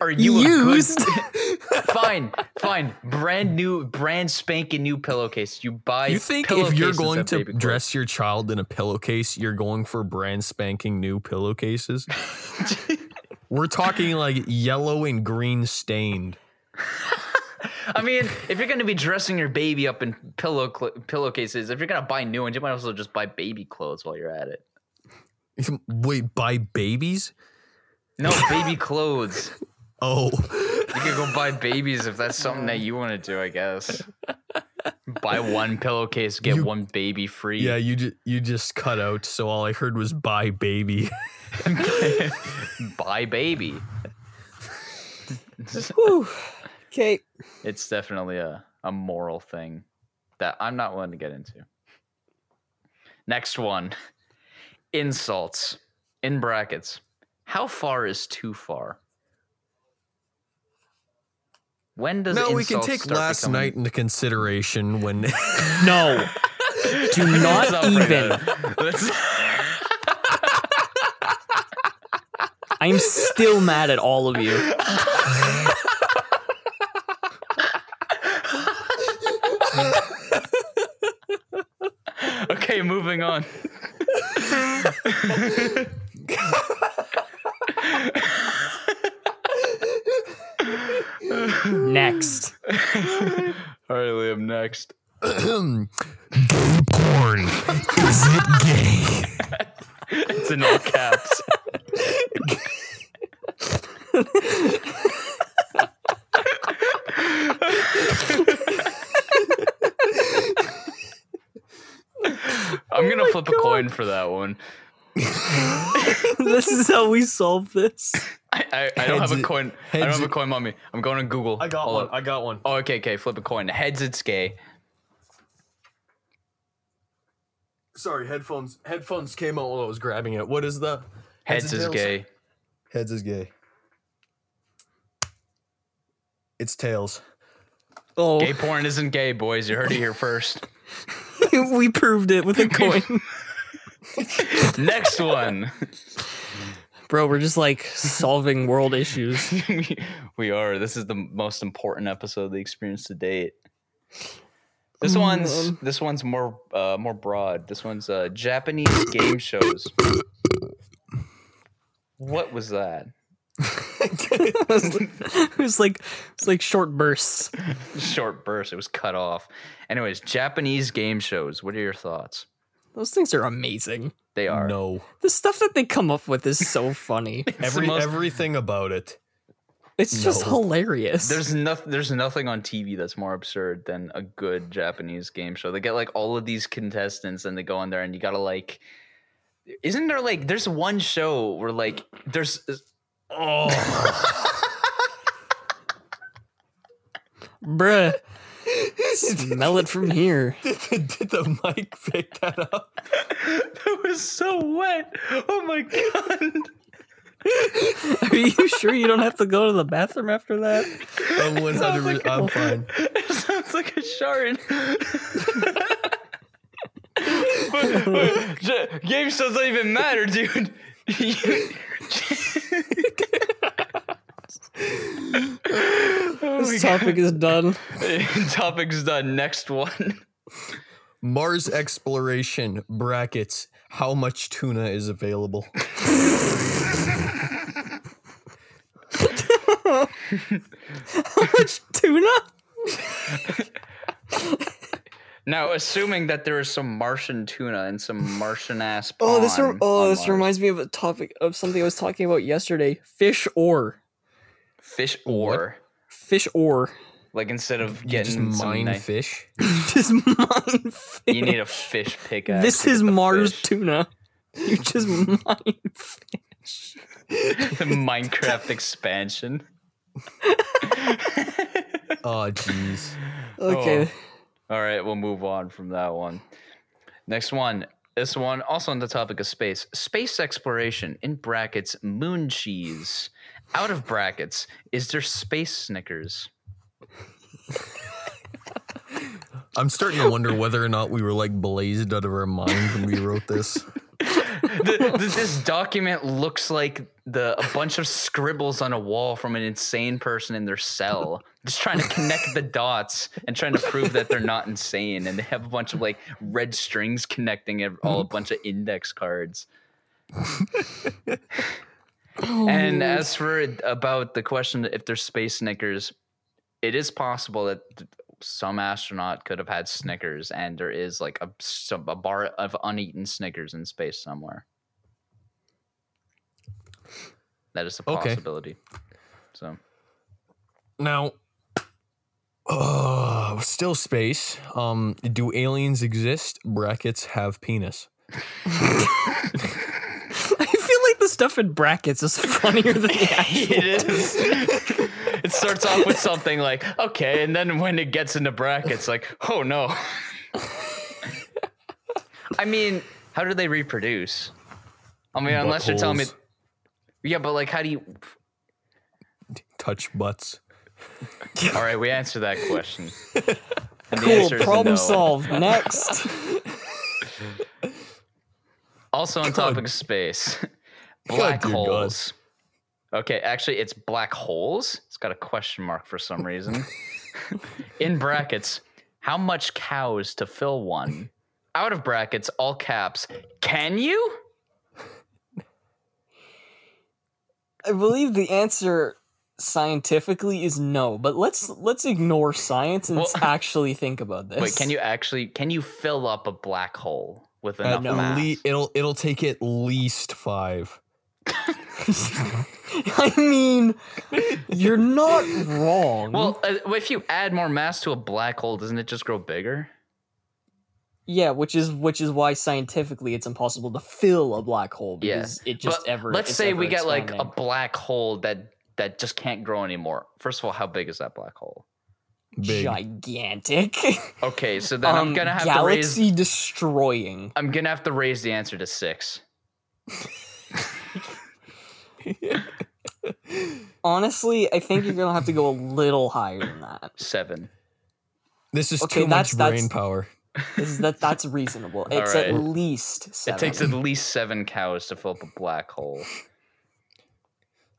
[SPEAKER 3] are you
[SPEAKER 1] Used?
[SPEAKER 3] A good, fine, fine. Brand new, brand spanking new pillowcase. You buy.
[SPEAKER 2] You think if you're
[SPEAKER 3] pillowcases
[SPEAKER 2] going
[SPEAKER 3] that
[SPEAKER 2] to
[SPEAKER 3] baby clothes-
[SPEAKER 2] dress your child in a pillowcase, you're going for brand spanking new pillowcases? We're talking like yellow and green stained.
[SPEAKER 3] I mean, if you're going to be dressing your baby up in pillow cl- pillowcases, if you're going to buy new ones, you might as well just buy baby clothes while you're at it.
[SPEAKER 2] Wait, by babies?
[SPEAKER 3] No baby clothes.
[SPEAKER 2] Oh,
[SPEAKER 3] You could go buy babies if that's something that you want to do, I guess. buy one pillowcase, get
[SPEAKER 2] You-
[SPEAKER 3] one baby free.
[SPEAKER 2] yeah. You ju- you just cut out, so all I heard was "by baby."
[SPEAKER 3] buy baby.
[SPEAKER 1] Whew. Okay.
[SPEAKER 3] It's definitely a, a moral thing that I'm not willing to get into. Next one insults in brackets. How far is too far? When does
[SPEAKER 2] Now we can
[SPEAKER 3] insults
[SPEAKER 2] take
[SPEAKER 3] start
[SPEAKER 2] last
[SPEAKER 3] becoming-
[SPEAKER 2] night into consideration when
[SPEAKER 1] No. Do not
[SPEAKER 3] Stop right
[SPEAKER 1] even.
[SPEAKER 3] there. Let's-
[SPEAKER 1] I'm still mad at all of you.
[SPEAKER 3] okay, moving on.
[SPEAKER 1] Next.
[SPEAKER 3] All right, Liam, next.
[SPEAKER 2] porn is it gay?
[SPEAKER 3] It's in all caps. I'm
[SPEAKER 2] Oh
[SPEAKER 3] gonna flip a coin for that one.
[SPEAKER 1] this is how we solve this.
[SPEAKER 3] I, I, I don't
[SPEAKER 2] Heads
[SPEAKER 3] have a
[SPEAKER 2] it-
[SPEAKER 3] coin. I don't
[SPEAKER 2] heads
[SPEAKER 3] have a
[SPEAKER 2] it-
[SPEAKER 3] coin on me. I'm going to Google. Hold up.
[SPEAKER 2] I got one.
[SPEAKER 3] Oh, okay, okay. Flip a coin. Heads, it's gay.
[SPEAKER 2] Sorry, headphones. Headphones came out while I was grabbing it. What is the
[SPEAKER 3] Heads,
[SPEAKER 2] and
[SPEAKER 3] is
[SPEAKER 2] tails?
[SPEAKER 3] gay.
[SPEAKER 2] Heads is gay. It's tails.
[SPEAKER 1] Oh,
[SPEAKER 3] Gay porn isn't gay, boys. You heard it here first.
[SPEAKER 1] we proved it with a coin.
[SPEAKER 3] Next one.
[SPEAKER 1] Bro, we're just like solving world issues.
[SPEAKER 3] we, we are. This is the most important episode of the experience to date. This one's
[SPEAKER 1] Um.
[SPEAKER 3] this one's more uh, more broad. This one's uh, Japanese game shows. What was that?
[SPEAKER 1] it was like it's like short bursts.
[SPEAKER 3] Short burst. It was cut off. Anyways, Japanese game shows. What are your thoughts?
[SPEAKER 1] Those things are amazing.
[SPEAKER 3] They are.
[SPEAKER 2] No.
[SPEAKER 1] The stuff that they come up with is so funny.
[SPEAKER 3] the
[SPEAKER 2] Every
[SPEAKER 3] most-
[SPEAKER 2] everything about it.
[SPEAKER 1] It's just
[SPEAKER 2] No.
[SPEAKER 1] hilarious.
[SPEAKER 3] There's nothing. There's nothing on TV that's more absurd than a good Japanese game show. They get like all of these contestants, and they go on there, and you gotta like. Isn't there like there's one show where like there's
[SPEAKER 2] Oh,
[SPEAKER 1] bruh. Smell it from here.
[SPEAKER 2] did, the- did the mic pick that up?
[SPEAKER 3] that was so wet. Oh my god!
[SPEAKER 1] Are you sure you don't have to go to the bathroom after that?
[SPEAKER 2] I'm 100.
[SPEAKER 3] like-
[SPEAKER 2] I'm fine.
[SPEAKER 3] It sounds like a shard. but, but, j- game shows don't even matter, dude. Oh my
[SPEAKER 1] This topic is done.
[SPEAKER 3] God. Topic's done. Next one.
[SPEAKER 2] Mars exploration brackets. How much tuna is available?
[SPEAKER 1] How much tuna?
[SPEAKER 3] Now, assuming that there is some Martian tuna and some Martian ass.
[SPEAKER 1] Oh, this rem-
[SPEAKER 3] pond
[SPEAKER 1] oh,
[SPEAKER 3] on
[SPEAKER 1] this
[SPEAKER 3] Mars.
[SPEAKER 1] reminds me of a topic of something I was talking about yesterday. Fish ore.
[SPEAKER 3] fish ore.
[SPEAKER 1] Fish ore.
[SPEAKER 3] Like instead of
[SPEAKER 2] You just
[SPEAKER 3] getting Mm, some
[SPEAKER 2] mine
[SPEAKER 3] nice-
[SPEAKER 2] fish.
[SPEAKER 1] just mine
[SPEAKER 3] you
[SPEAKER 1] fish.
[SPEAKER 3] need a fish pickaxe.
[SPEAKER 1] This
[SPEAKER 3] to get
[SPEAKER 1] is
[SPEAKER 3] the
[SPEAKER 1] Mars
[SPEAKER 3] fish.
[SPEAKER 1] tuna. You just mine fish.
[SPEAKER 3] the Minecraft expansion.
[SPEAKER 2] Oh, jeez.
[SPEAKER 1] Okay.
[SPEAKER 3] All right, we'll move on from that one. Next one This one, also on the topic of space, space exploration in brackets, moon cheese, out of brackets, is there space Snickers?
[SPEAKER 2] I'm starting to wonder whether or not we were like blazed out of our mind when we wrote this.
[SPEAKER 3] The- this, this document looks like the a bunch of scribbles on a wall from an insane person in their cell, just trying to connect the dots and trying to prove that they're not insane. And they have a bunch of like red strings connecting ev- all a bunch of index cards. And as for it- about the question if there's space Snickers, it is possible that th- some astronaut could have had Snickers, and there is like a, some, a bar of uneaten Snickers in space somewhere. That is a
[SPEAKER 2] Okay.
[SPEAKER 3] possibility. So
[SPEAKER 2] Now, uh, still space. Um, do aliens exist? Brackets have penis.
[SPEAKER 1] I feel like the stuff in brackets is funnier than the actual.
[SPEAKER 3] is. it starts off with something like okay, and then when it gets into brackets, like oh no. I mean, how do they reproduce? I mean, unless you're telling me,
[SPEAKER 2] Buttholes.
[SPEAKER 3] yeah, but like, how do you?
[SPEAKER 2] touch butts.
[SPEAKER 3] All right, we answered that question. And the
[SPEAKER 1] Cool,
[SPEAKER 3] answer is
[SPEAKER 1] problem
[SPEAKER 3] no.
[SPEAKER 1] solved. Next.
[SPEAKER 3] Also on topic of space,
[SPEAKER 2] God,
[SPEAKER 3] black
[SPEAKER 2] dear God.
[SPEAKER 3] holes. Okay, actually, it's black holes. It's got a question mark for some reason. In brackets, how much cows to fill one? Out of brackets, all caps. Can you?
[SPEAKER 1] I believe the answer scientifically is no, but let's let's ignore science and
[SPEAKER 3] Well-
[SPEAKER 1] let's actually think about this.
[SPEAKER 3] Wait, can you actually? Can you fill up a black hole with
[SPEAKER 2] At
[SPEAKER 3] enough mass?
[SPEAKER 2] le- it'll it'll take at least five.
[SPEAKER 1] I mean, you're not wrong.
[SPEAKER 3] well, uh, if you add more mass to a black hole, doesn't it just grow bigger?
[SPEAKER 1] yeah, which is which is why scientifically it's impossible to fill a black hole
[SPEAKER 3] Yeah,
[SPEAKER 1] because it just
[SPEAKER 3] But
[SPEAKER 1] ever.
[SPEAKER 3] Let's
[SPEAKER 1] it's
[SPEAKER 3] say we
[SPEAKER 1] ever
[SPEAKER 3] get like a
[SPEAKER 1] expanding.
[SPEAKER 3] black hole that that just can't grow anymore. First of all, how big is that black hole?
[SPEAKER 2] Big.
[SPEAKER 1] gigantic,
[SPEAKER 3] Okay, so then
[SPEAKER 1] um,
[SPEAKER 3] I'm gonna have to raise.
[SPEAKER 1] galaxy destroying.
[SPEAKER 3] I'm gonna have to raise the answer to six.
[SPEAKER 1] Honestly, I think you're gonna have to go a little higher than that.
[SPEAKER 3] Seven.
[SPEAKER 2] This is
[SPEAKER 1] Okay,
[SPEAKER 2] too
[SPEAKER 1] that's-
[SPEAKER 2] much
[SPEAKER 1] that's-
[SPEAKER 2] brain power.
[SPEAKER 1] This is that that's reasonable. It's at
[SPEAKER 3] Alright.
[SPEAKER 1] least seven.
[SPEAKER 3] It takes at least seven cows to fill up a black hole.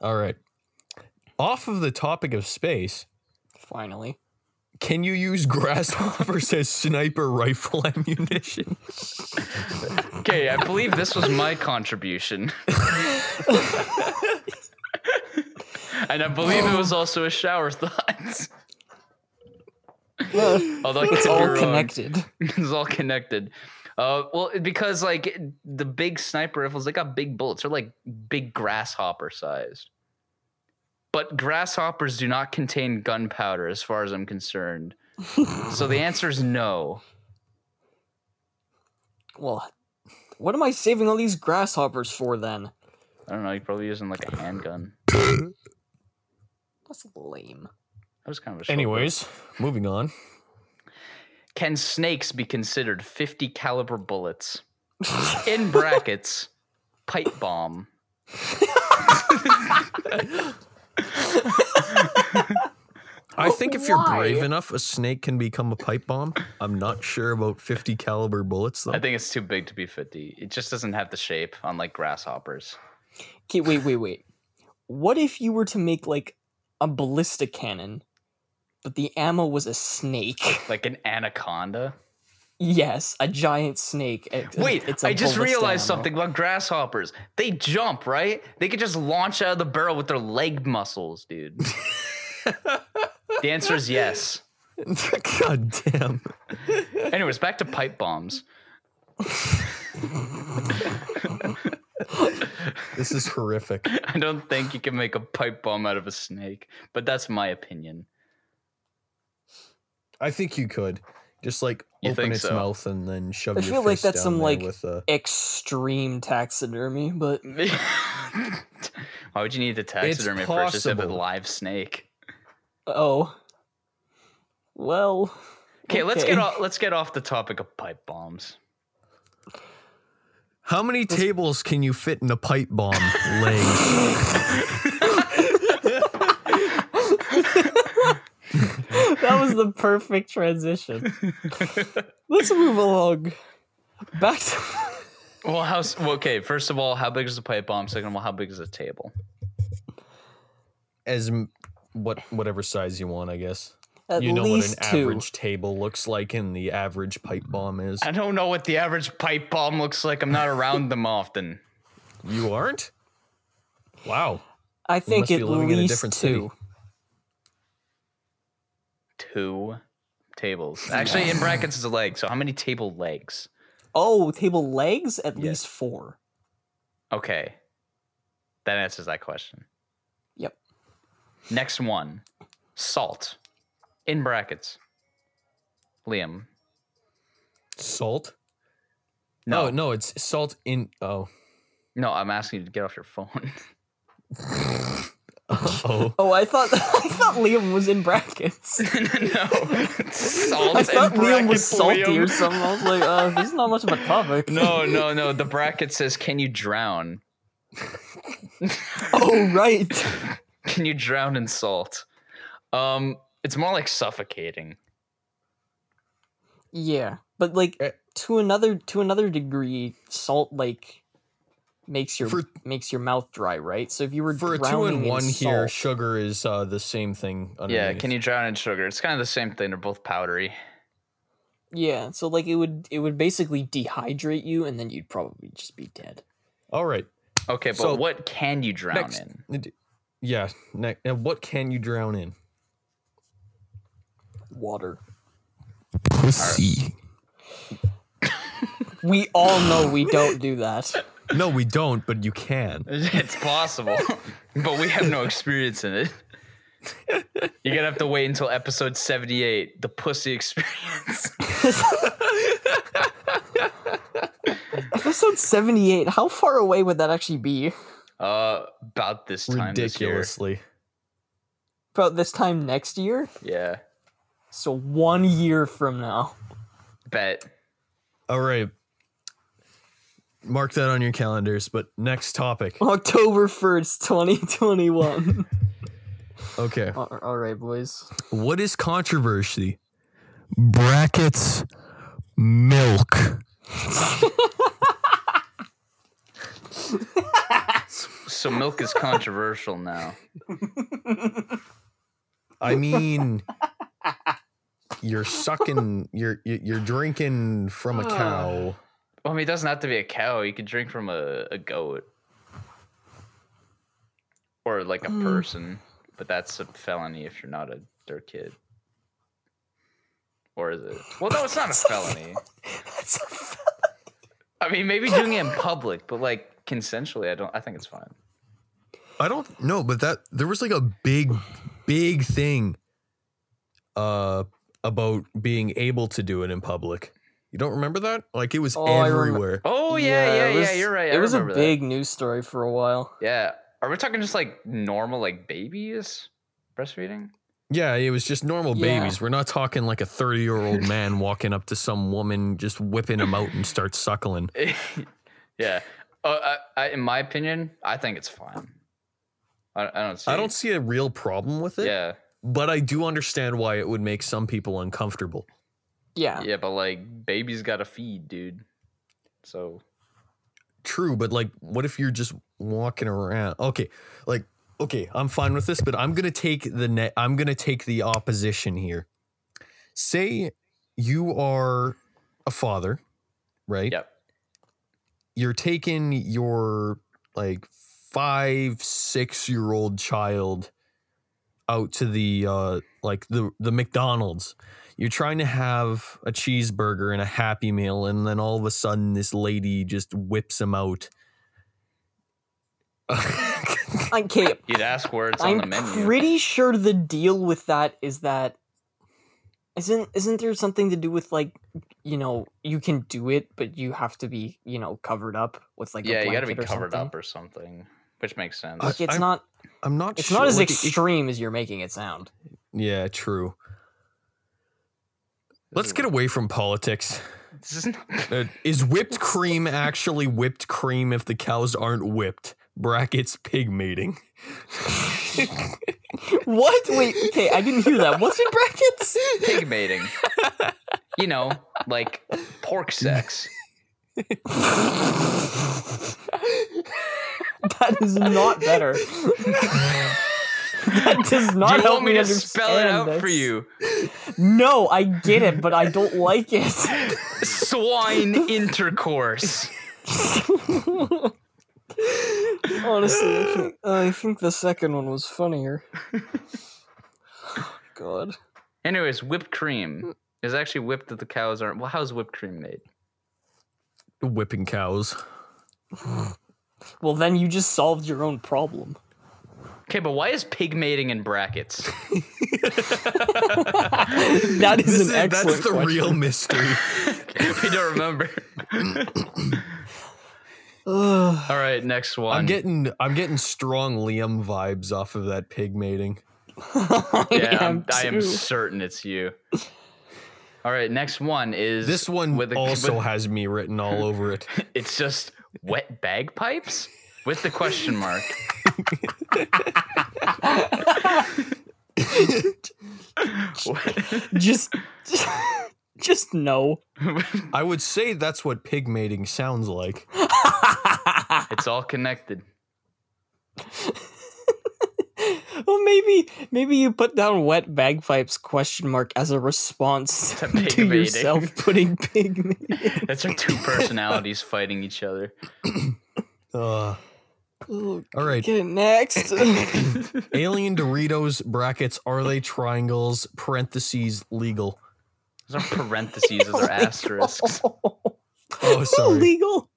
[SPEAKER 2] All right. Off of the topic of space,
[SPEAKER 1] Finally,
[SPEAKER 2] can you use grasshoppers as sniper rifle ammunition?
[SPEAKER 3] Okay, I believe this was my contribution. and I believe it was also a shower thought. Although I could
[SPEAKER 1] it's
[SPEAKER 3] be
[SPEAKER 1] all
[SPEAKER 3] wrong.
[SPEAKER 1] connected.
[SPEAKER 3] it's all connected. Uh, well, because like the big sniper rifles, they got big bullets. They're like big grasshopper sized. But grasshoppers do not contain gunpowder, as far as I'm concerned. so the answer is no.
[SPEAKER 1] Well, what am I saving all these grasshoppers for then?
[SPEAKER 3] I don't know. You're probably using like a handgun.
[SPEAKER 1] That's lame.
[SPEAKER 3] That was kind of a. short
[SPEAKER 2] Anyways, moving on.
[SPEAKER 3] one. can snakes be considered 50 caliber bullets? In brackets, pipe bomb.
[SPEAKER 2] I think if you're
[SPEAKER 1] Why?
[SPEAKER 2] brave enough, a snake can become a pipe bomb. I'm not sure about 50 caliber bullets though.
[SPEAKER 3] I think it's too big to be 50. It just doesn't have the shape, unlike grasshoppers.
[SPEAKER 1] Okay, wait, wait, wait. What if you were to make like a ballistic cannon, but the ammo was a snake?
[SPEAKER 3] Like an anaconda.
[SPEAKER 1] Yes, a giant snake. It-
[SPEAKER 3] Wait,
[SPEAKER 1] it's a
[SPEAKER 3] I just
[SPEAKER 1] ballistic
[SPEAKER 3] realized
[SPEAKER 1] ammo.
[SPEAKER 3] something about grasshoppers. They jump, right? They could just launch out of the barrel with their leg muscles, dude. the answer is yes.
[SPEAKER 2] God damn.
[SPEAKER 3] Anyways, back to pipe bombs.
[SPEAKER 2] This is horrific.
[SPEAKER 3] I don't think you can make a pipe bomb out of a snake, but that's my opinion.
[SPEAKER 2] I think you could. Just like
[SPEAKER 3] You
[SPEAKER 2] open
[SPEAKER 3] think
[SPEAKER 2] its
[SPEAKER 3] so?
[SPEAKER 2] mouth and then shove
[SPEAKER 1] I
[SPEAKER 2] your
[SPEAKER 1] feel like
[SPEAKER 2] fist
[SPEAKER 1] that's
[SPEAKER 2] down
[SPEAKER 1] some,
[SPEAKER 2] there
[SPEAKER 1] like,
[SPEAKER 2] with a
[SPEAKER 1] Extreme taxidermy, but
[SPEAKER 3] Why would you need the taxidermy first? Just have a
[SPEAKER 2] possible.
[SPEAKER 3] live snake.
[SPEAKER 1] Oh. Well.
[SPEAKER 3] Okay, let's
[SPEAKER 1] Okay.
[SPEAKER 3] get off. Let's get off the topic of pipe bombs.
[SPEAKER 2] How many tables can you fit in a pipe bomb? Legs.
[SPEAKER 1] that was the perfect transition. Let's move along. Back to
[SPEAKER 3] Well, how? s- Well, okay. First of all, how big is the pipe bomb? Second of all, how big is the table?
[SPEAKER 2] As m- what whatever size you want, I guess.
[SPEAKER 1] at
[SPEAKER 2] you know what an
[SPEAKER 1] least two.
[SPEAKER 2] average table looks like and the average pipe bomb is.
[SPEAKER 3] I don't know what the average pipe bomb looks like. I'm not around them often.
[SPEAKER 2] You aren't? Wow.
[SPEAKER 1] I think
[SPEAKER 2] must be
[SPEAKER 1] at
[SPEAKER 2] living in a
[SPEAKER 1] least
[SPEAKER 2] different
[SPEAKER 1] two.
[SPEAKER 2] city.
[SPEAKER 3] Two tables. Actually, in brackets is a leg. So how many table legs?
[SPEAKER 1] Oh, table legs at
[SPEAKER 3] Yes.
[SPEAKER 1] least four.
[SPEAKER 3] Okay, that answers that question.
[SPEAKER 1] Yep.
[SPEAKER 3] Next one, salt. In brackets, Liam.
[SPEAKER 2] Salt?
[SPEAKER 3] No,
[SPEAKER 2] Oh,
[SPEAKER 3] no,
[SPEAKER 2] no, it's salt in oh.
[SPEAKER 3] no. I'm asking you to get off your phone.
[SPEAKER 2] Oh.
[SPEAKER 1] Oh, I thought I thought Liam was in brackets.
[SPEAKER 3] no, salt.
[SPEAKER 1] I thought
[SPEAKER 3] in
[SPEAKER 1] Liam was salty
[SPEAKER 3] brackets, Liam.
[SPEAKER 1] or something. I was like, uh, this is not much of a topic.
[SPEAKER 3] No, no, no. The bracket says, "Can you drown?
[SPEAKER 1] Oh, right.
[SPEAKER 3] Can you drown in salt?" Um, it's more like suffocating.
[SPEAKER 1] Yeah, but like
[SPEAKER 2] Eh.
[SPEAKER 1] to another to another degree, salt like makes your
[SPEAKER 2] For-
[SPEAKER 1] makes your mouth dry, right? So if you were
[SPEAKER 2] For a two
[SPEAKER 1] drowning
[SPEAKER 2] and
[SPEAKER 1] in
[SPEAKER 2] one here,
[SPEAKER 1] salt-
[SPEAKER 2] sugar is uh, the same thing.
[SPEAKER 3] Yeah,
[SPEAKER 2] underneath.
[SPEAKER 3] can you drown in sugar? It's kind of the same thing. They're both powdery.
[SPEAKER 1] yeah. So like it would it would basically dehydrate you, and then you'd probably just be dead.
[SPEAKER 2] All right.
[SPEAKER 3] Okay, but
[SPEAKER 2] So-
[SPEAKER 3] what can you drown
[SPEAKER 2] Next.
[SPEAKER 3] in?
[SPEAKER 2] Yeah. Ne- now what can you drown in?
[SPEAKER 1] Water.
[SPEAKER 2] Pussy.
[SPEAKER 1] We all know we don't do that.
[SPEAKER 2] No, we don't, but you can.
[SPEAKER 3] It's possible, but we have no experience in it. You're gonna have to wait until episode 78, the pussy experience.
[SPEAKER 1] Episode seventy eight. How far away would that actually be?
[SPEAKER 3] Uh, about this time this
[SPEAKER 2] Ridiculously.
[SPEAKER 1] About this time next year.
[SPEAKER 3] year. Yeah,
[SPEAKER 1] So one year from now.
[SPEAKER 3] bet.
[SPEAKER 2] All right. Mark that on your calendars, but next topic.
[SPEAKER 1] October 1st, 2021.
[SPEAKER 2] Okay.
[SPEAKER 1] All- all right, boys.
[SPEAKER 2] What is controversy? Brackets milk.
[SPEAKER 3] So milk is controversial now.
[SPEAKER 2] I mean you're sucking you're you're you're drinking from a cow.
[SPEAKER 3] Well, I mean, it doesn't have to be a cow. You could drink from a, a goat or like a
[SPEAKER 1] Mm.
[SPEAKER 3] person, but that's a felony if you're not a their kid. Or is it? Well, no, it's not a felony.
[SPEAKER 1] That's a
[SPEAKER 3] I mean, maybe doing it in public, but like consensually, I don't. I think it's fine.
[SPEAKER 2] I don't know, but that there was like a big big thing uh about being able to do it in public. You don't remember that? Like it was
[SPEAKER 1] Oh, I remem-
[SPEAKER 2] everywhere.
[SPEAKER 3] Oh yeah, yeah,
[SPEAKER 1] it
[SPEAKER 3] yeah.
[SPEAKER 1] was-
[SPEAKER 3] you're right.
[SPEAKER 1] It
[SPEAKER 3] I
[SPEAKER 1] was a
[SPEAKER 3] remember that.
[SPEAKER 1] big news story for a while.
[SPEAKER 3] Yeah. Are we talking just like normal, like babies breastfeeding?
[SPEAKER 2] Yeah, it was just normal
[SPEAKER 1] Yeah.
[SPEAKER 2] babies. We're not talking like a 30 year old man walking up to some woman, just whipping him out and start suckling.
[SPEAKER 3] yeah. Uh, I, I, in my opinion, I think it's fine. I, I don't see.
[SPEAKER 2] I don't see a real problem with it,
[SPEAKER 3] Yeah,
[SPEAKER 2] but I do understand why it would make some people uncomfortable.
[SPEAKER 1] Yeah.
[SPEAKER 3] yeah, but like babies got to feed, dude. So
[SPEAKER 2] True, but like, what if you're just walking around? Okay, like, okay, I'm fine with this, but I'm gonna take the net. I'm gonna take the opposition here. Say you are a father, right?
[SPEAKER 3] yep.
[SPEAKER 2] you're taking your like five six year old child out to the uh like the the mcdonald's you're trying to have a cheeseburger and a happy meal and then all of a sudden this lady just whips him out
[SPEAKER 1] Okay,
[SPEAKER 3] You'd ask where it's on the
[SPEAKER 1] I'm
[SPEAKER 3] menu.
[SPEAKER 1] pretty sure the deal with that is that isn't isn't there something to do with like you know you can do it but you have to be you know covered up with like
[SPEAKER 3] yeah,
[SPEAKER 1] a
[SPEAKER 3] you got to be
[SPEAKER 1] blanket or
[SPEAKER 3] covered
[SPEAKER 1] something?
[SPEAKER 3] up or something, which makes sense.
[SPEAKER 2] Uh,
[SPEAKER 1] Like it's
[SPEAKER 2] I'm-
[SPEAKER 1] not
[SPEAKER 2] i'm not
[SPEAKER 1] it's
[SPEAKER 2] sure
[SPEAKER 1] not as
[SPEAKER 2] like, it- it-
[SPEAKER 1] extreme as you're making it sound.
[SPEAKER 2] yeah true let's
[SPEAKER 3] Ooh.
[SPEAKER 2] get away from politics
[SPEAKER 3] This is not.
[SPEAKER 2] Uh, is whipped cream actually whipped cream if the cows aren't whipped? Brackets pig mating.
[SPEAKER 1] What? Wait, okay, I didn't hear that. What's in brackets?
[SPEAKER 3] pig mating. you know, like pork sex.
[SPEAKER 1] That is not better. that does not
[SPEAKER 3] Do you
[SPEAKER 1] help
[SPEAKER 3] want me to spell it
[SPEAKER 1] understand
[SPEAKER 3] out for
[SPEAKER 1] this.
[SPEAKER 3] you?
[SPEAKER 1] No, I get it, but I don't like it.
[SPEAKER 3] Swine intercourse.
[SPEAKER 1] Honestly, I think, I think the second one was funnier. God.
[SPEAKER 3] Anyways, whipped cream is actually whipped that the cows aren't. Well, how's whipped cream made?
[SPEAKER 2] Whipping cows.
[SPEAKER 1] Well, then you just solved your own problem.
[SPEAKER 3] Okay, but why is pig mating in brackets?
[SPEAKER 1] That is
[SPEAKER 2] This
[SPEAKER 1] an
[SPEAKER 2] is-
[SPEAKER 1] excellent
[SPEAKER 2] that's the
[SPEAKER 1] question.
[SPEAKER 2] real mystery.
[SPEAKER 3] we don't remember.
[SPEAKER 1] Ugh.
[SPEAKER 3] All right, next one.
[SPEAKER 2] I'm getting I'm getting strong Liam vibes off of that pig mating.
[SPEAKER 1] I
[SPEAKER 3] yeah, I'm, I am
[SPEAKER 1] too.
[SPEAKER 3] certain it's you. All right, next one is
[SPEAKER 2] This one
[SPEAKER 3] with a-
[SPEAKER 2] also
[SPEAKER 3] with-
[SPEAKER 2] has me written all over it.
[SPEAKER 3] it's just wet bagpipes with the question mark.
[SPEAKER 1] Just, just no.
[SPEAKER 2] I would say that's what pig mating sounds like.
[SPEAKER 3] it's all connected.
[SPEAKER 1] Well, maybe, maybe you put down "wet bagpipes?" question mark as a response
[SPEAKER 3] To
[SPEAKER 1] to,
[SPEAKER 3] pig mating.
[SPEAKER 1] yourself putting pig. mating.
[SPEAKER 3] That's our two personalities fighting each other.
[SPEAKER 2] Ugh.
[SPEAKER 1] Ugh,
[SPEAKER 2] all right.
[SPEAKER 1] Get it next.
[SPEAKER 2] Alien Doritos brackets are they triangles parentheses legal.
[SPEAKER 3] Those are parentheses, those are asterisks.
[SPEAKER 2] Oh sorry.
[SPEAKER 1] Illegal.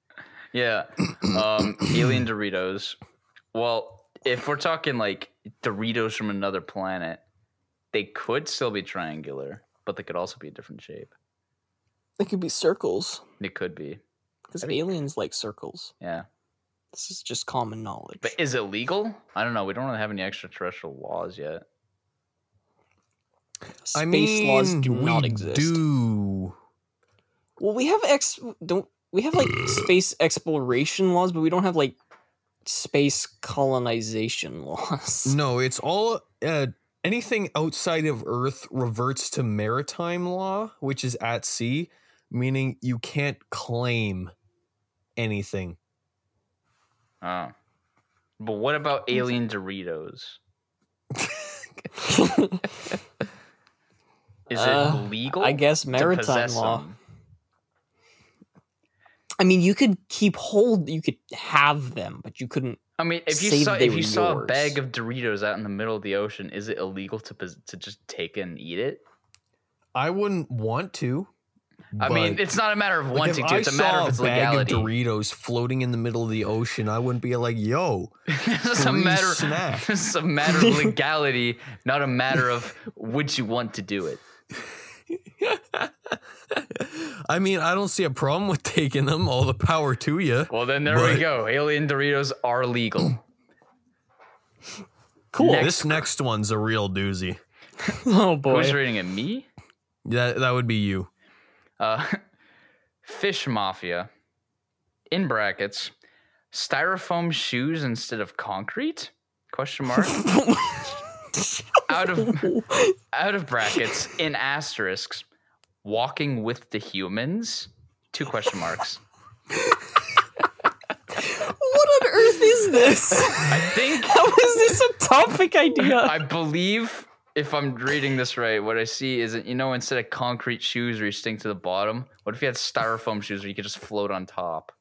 [SPEAKER 3] Yeah. Um, alien Doritos. Well, if we're talking like Doritos from another planet, they could still be triangular, but they could also be a different shape.
[SPEAKER 1] It could be circles
[SPEAKER 3] They could be.
[SPEAKER 1] because aliens like circles.
[SPEAKER 3] Yeah.
[SPEAKER 1] This is just common knowledge.
[SPEAKER 3] But is it legal? I don't know. We don't really have any extraterrestrial laws yet.
[SPEAKER 1] Space
[SPEAKER 2] I mean,
[SPEAKER 1] laws do
[SPEAKER 2] we
[SPEAKER 1] not exist.
[SPEAKER 2] Do.
[SPEAKER 1] Well, we have ex don't we have like space exploration laws, but we don't have like space colonization laws.
[SPEAKER 2] No, it's all uh, anything outside of Earth reverts to maritime law, which is at sea, meaning you can't claim anything.
[SPEAKER 3] Oh. But what about alien Doritos? Is
[SPEAKER 1] Uh,
[SPEAKER 3] it legal?
[SPEAKER 1] I guess
[SPEAKER 3] to
[SPEAKER 1] maritime
[SPEAKER 3] possess
[SPEAKER 1] law.
[SPEAKER 3] 'em?
[SPEAKER 1] I mean, you could keep hold, you could have them, but you couldn't.
[SPEAKER 3] I mean, if you
[SPEAKER 1] Say
[SPEAKER 3] saw
[SPEAKER 1] they
[SPEAKER 3] if you
[SPEAKER 1] were
[SPEAKER 3] saw a
[SPEAKER 1] yours.
[SPEAKER 3] bag of Doritos out in the middle of the ocean, is it illegal to pos- to just take it and eat it?
[SPEAKER 2] I wouldn't want to.
[SPEAKER 3] I mean,
[SPEAKER 2] but-
[SPEAKER 3] it's not a matter of
[SPEAKER 2] like,
[SPEAKER 3] wanting
[SPEAKER 2] if
[SPEAKER 3] to; it's
[SPEAKER 2] I
[SPEAKER 3] a matter
[SPEAKER 2] saw
[SPEAKER 3] of its
[SPEAKER 2] bag
[SPEAKER 3] legality.
[SPEAKER 2] of Doritos floating in the middle of the ocean. I wouldn't be like, "Yo,
[SPEAKER 3] it's a
[SPEAKER 2] free
[SPEAKER 3] matter.
[SPEAKER 2] snack.
[SPEAKER 3] It's a matter of legality, not a matter of would you want to do it.
[SPEAKER 2] I mean, I don't see a problem with taking them. All the power to you."
[SPEAKER 3] Well, then there
[SPEAKER 2] But-
[SPEAKER 3] we go. Alien Doritos are legal.
[SPEAKER 1] Cool.
[SPEAKER 3] Next-
[SPEAKER 2] This next one's a real doozy.
[SPEAKER 1] Oh
[SPEAKER 3] Who's
[SPEAKER 1] boy.
[SPEAKER 3] reading it? Me.
[SPEAKER 2] That that would be you.
[SPEAKER 3] Uh, fish mafia. In brackets, styrofoam shoes instead of concrete? Question mark. out of out of brackets in asterisks walking with the humans two question marks
[SPEAKER 1] What on earth is this?
[SPEAKER 3] i think
[SPEAKER 1] How is this a topic idea?
[SPEAKER 3] i believe if i'm reading this right what i see is that you know instead of concrete shoes where you sink to the bottom what if you had styrofoam shoes where you could just float on top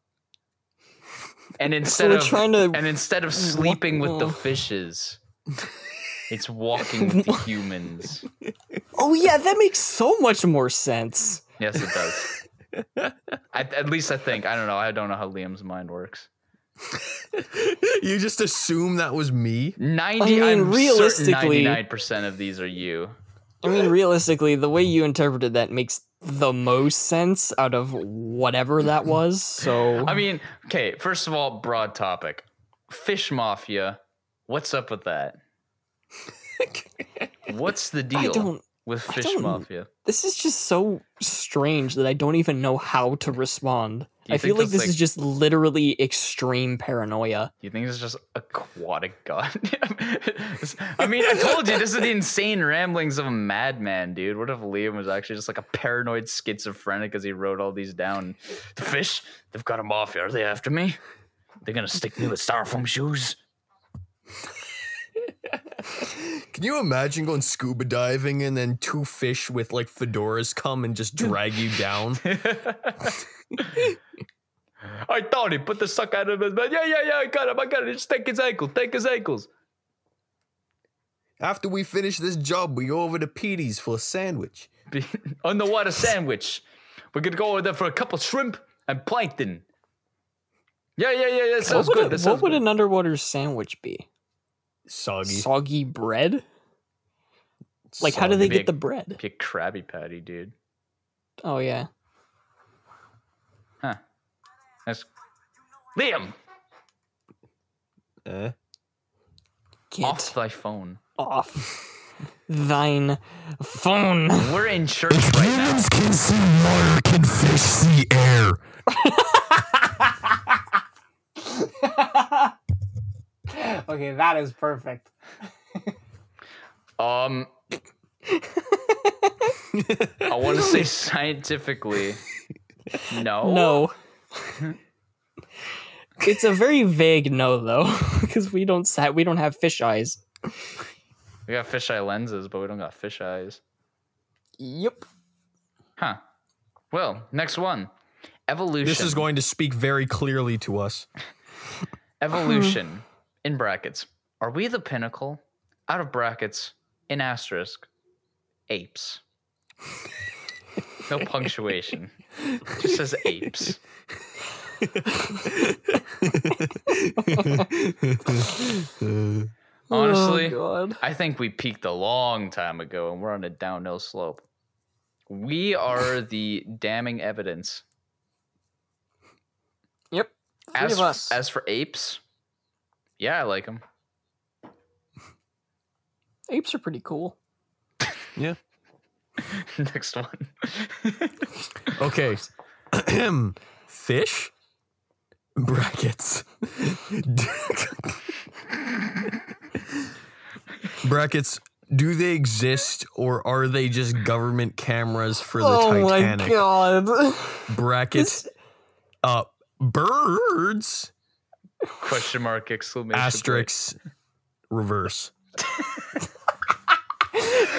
[SPEAKER 3] and
[SPEAKER 1] So
[SPEAKER 3] instead
[SPEAKER 1] we're
[SPEAKER 3] of
[SPEAKER 1] trying to.
[SPEAKER 3] and instead of sleeping with the
[SPEAKER 1] Oh.
[SPEAKER 3] fishes it's walking with the humans
[SPEAKER 1] Oh yeah, that makes so much more sense.
[SPEAKER 3] yes it does at, at least i think i don't know i don't know how liam's mind works
[SPEAKER 2] you just assume that was me?
[SPEAKER 3] 90 I
[SPEAKER 1] I mean,
[SPEAKER 3] am
[SPEAKER 1] realistically-
[SPEAKER 3] realistically 99% of these are you
[SPEAKER 1] I mean, realistically, the way you interpreted that makes the most sense out of whatever that was. So
[SPEAKER 3] i mean okay first of all broad topic fish mafia what's up with that what's the deal
[SPEAKER 1] I don't.
[SPEAKER 3] with
[SPEAKER 1] I
[SPEAKER 3] Fish
[SPEAKER 1] don't-
[SPEAKER 3] Mafia.
[SPEAKER 1] This is just so strange that I don't even know how to respond.
[SPEAKER 3] Do you
[SPEAKER 1] I feel
[SPEAKER 3] think
[SPEAKER 1] like
[SPEAKER 3] that's,
[SPEAKER 1] this
[SPEAKER 3] like-
[SPEAKER 1] is just literally extreme paranoia.
[SPEAKER 3] You think it's just aquatic god? I mean, I told you this is the insane ramblings of a madman, dude. What if Liam was actually just like a paranoid schizophrenic as he wrote all these down? The fish, they've got a mafia. Are they after me? They're gonna stick me with styrofoam shoes.
[SPEAKER 2] Can you imagine going scuba diving and then two fish with like fedoras come and just drag you down?
[SPEAKER 3] I thought he put the suck out of his mouth. Yeah, yeah, yeah, I got him. I got him. Just take his ankle. Take his ankles.
[SPEAKER 2] After we finish this job, we go over to Petey's for a sandwich.
[SPEAKER 3] Underwater sandwich. We're gonna go over there for a couple shrimp and plankton. Yeah, yeah, yeah, yeah. Sounds
[SPEAKER 1] what would,
[SPEAKER 3] good.
[SPEAKER 1] a-
[SPEAKER 3] That
[SPEAKER 1] what
[SPEAKER 3] sounds
[SPEAKER 1] would
[SPEAKER 3] good.
[SPEAKER 1] an underwater sandwich be?
[SPEAKER 2] Soggy.
[SPEAKER 1] Soggy bread? Like, how do they
[SPEAKER 2] soggy.
[SPEAKER 1] get
[SPEAKER 3] Big.
[SPEAKER 1] the bread?
[SPEAKER 3] Be a Krabby Patty, dude.
[SPEAKER 1] Oh, yeah.
[SPEAKER 3] That's Liam.
[SPEAKER 2] Eh?
[SPEAKER 1] Get
[SPEAKER 3] Off
[SPEAKER 1] off,
[SPEAKER 3] thy phone.
[SPEAKER 1] thine phone.
[SPEAKER 3] We're in church right now.
[SPEAKER 2] can see water, can fish see air.
[SPEAKER 1] okay, that is perfect.
[SPEAKER 3] Um, I want to say scientifically, no.
[SPEAKER 1] No.
[SPEAKER 3] Oh.
[SPEAKER 1] it's a very vague no though, because we don't sa- we don't have fish eyes.
[SPEAKER 3] We got fisheye lenses, but we don't got fish eyes.
[SPEAKER 1] Yep.
[SPEAKER 3] Huh. Well, next one. Evolution.
[SPEAKER 2] This is going to speak very clearly to us.
[SPEAKER 3] Evolution. in brackets. Are we the pinnacle? Out of brackets. In asterisk. Apes. No punctuation. Just says apes.
[SPEAKER 1] Oh,
[SPEAKER 3] Honestly, I think we peaked a long time ago and we're on a downhill slope. We are the damning evidence.
[SPEAKER 1] Yep. Three
[SPEAKER 3] as,
[SPEAKER 1] of us.
[SPEAKER 3] as for apes, yeah, I like them.
[SPEAKER 1] Apes are pretty cool.
[SPEAKER 3] Next one.
[SPEAKER 2] okay. fish? Brackets. Brackets. Do they exist or are they just government cameras for the Titanic?
[SPEAKER 1] Oh god.
[SPEAKER 2] Brackets.
[SPEAKER 1] This-
[SPEAKER 2] Uh, birds.
[SPEAKER 3] Question mark, exclamation point.
[SPEAKER 2] Asterisks. Reverse.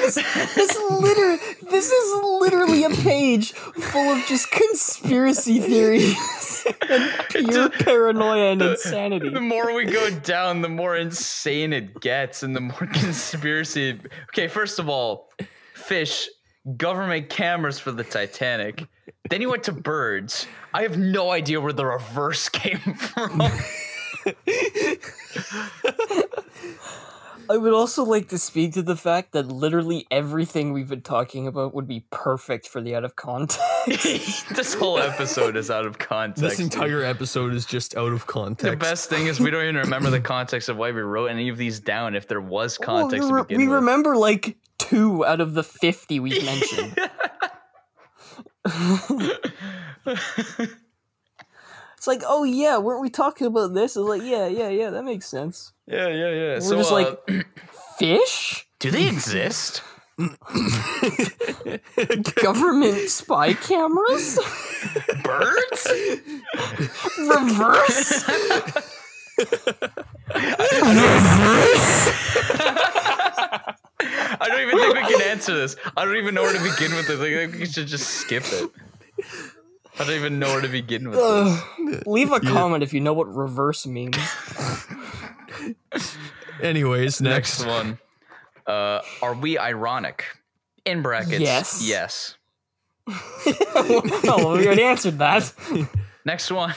[SPEAKER 1] This liter- this is literally a page full of just conspiracy theories and pure paranoia and insanity.
[SPEAKER 3] The more we go down, the more insane it gets, and the more conspiracy. Okay, first of all, fish, government cameras for the Titanic. Then you went to birds. I have no idea where the reverse came from.
[SPEAKER 1] I would also like to speak to the fact that literally everything we've been talking about would be perfect for the out of context.
[SPEAKER 3] this whole episode is out of context.
[SPEAKER 2] This
[SPEAKER 3] dude.
[SPEAKER 2] entire episode is just out of
[SPEAKER 3] The
[SPEAKER 2] context.
[SPEAKER 3] best thing is we don't even remember the context of why we wrote any of these down. If there was
[SPEAKER 1] Well,
[SPEAKER 3] context,
[SPEAKER 1] we, re-
[SPEAKER 3] to begin
[SPEAKER 1] we
[SPEAKER 3] with.
[SPEAKER 1] remember like two out of the 50 we've mentioned. it's like, oh yeah, weren't we talking about this? It's like, yeah, yeah, yeah, that makes sense.
[SPEAKER 3] Yeah, yeah, yeah. so,
[SPEAKER 1] just
[SPEAKER 3] uh,
[SPEAKER 1] like- Fish?
[SPEAKER 3] do they exist?
[SPEAKER 1] Government spy cameras?
[SPEAKER 3] Birds?
[SPEAKER 1] Reverse?
[SPEAKER 3] I don't even think we can answer this. I don't even know where to begin with this. I think we should just skip it. I don't even know where to begin with this.
[SPEAKER 1] Ugh. Leave a comment if you know what reverse means.
[SPEAKER 2] Anyways, next.
[SPEAKER 3] Next one. Uh, are we ironic? In brackets.
[SPEAKER 1] Yes.
[SPEAKER 3] Yes.
[SPEAKER 1] oh, we already answered that.
[SPEAKER 3] Next one.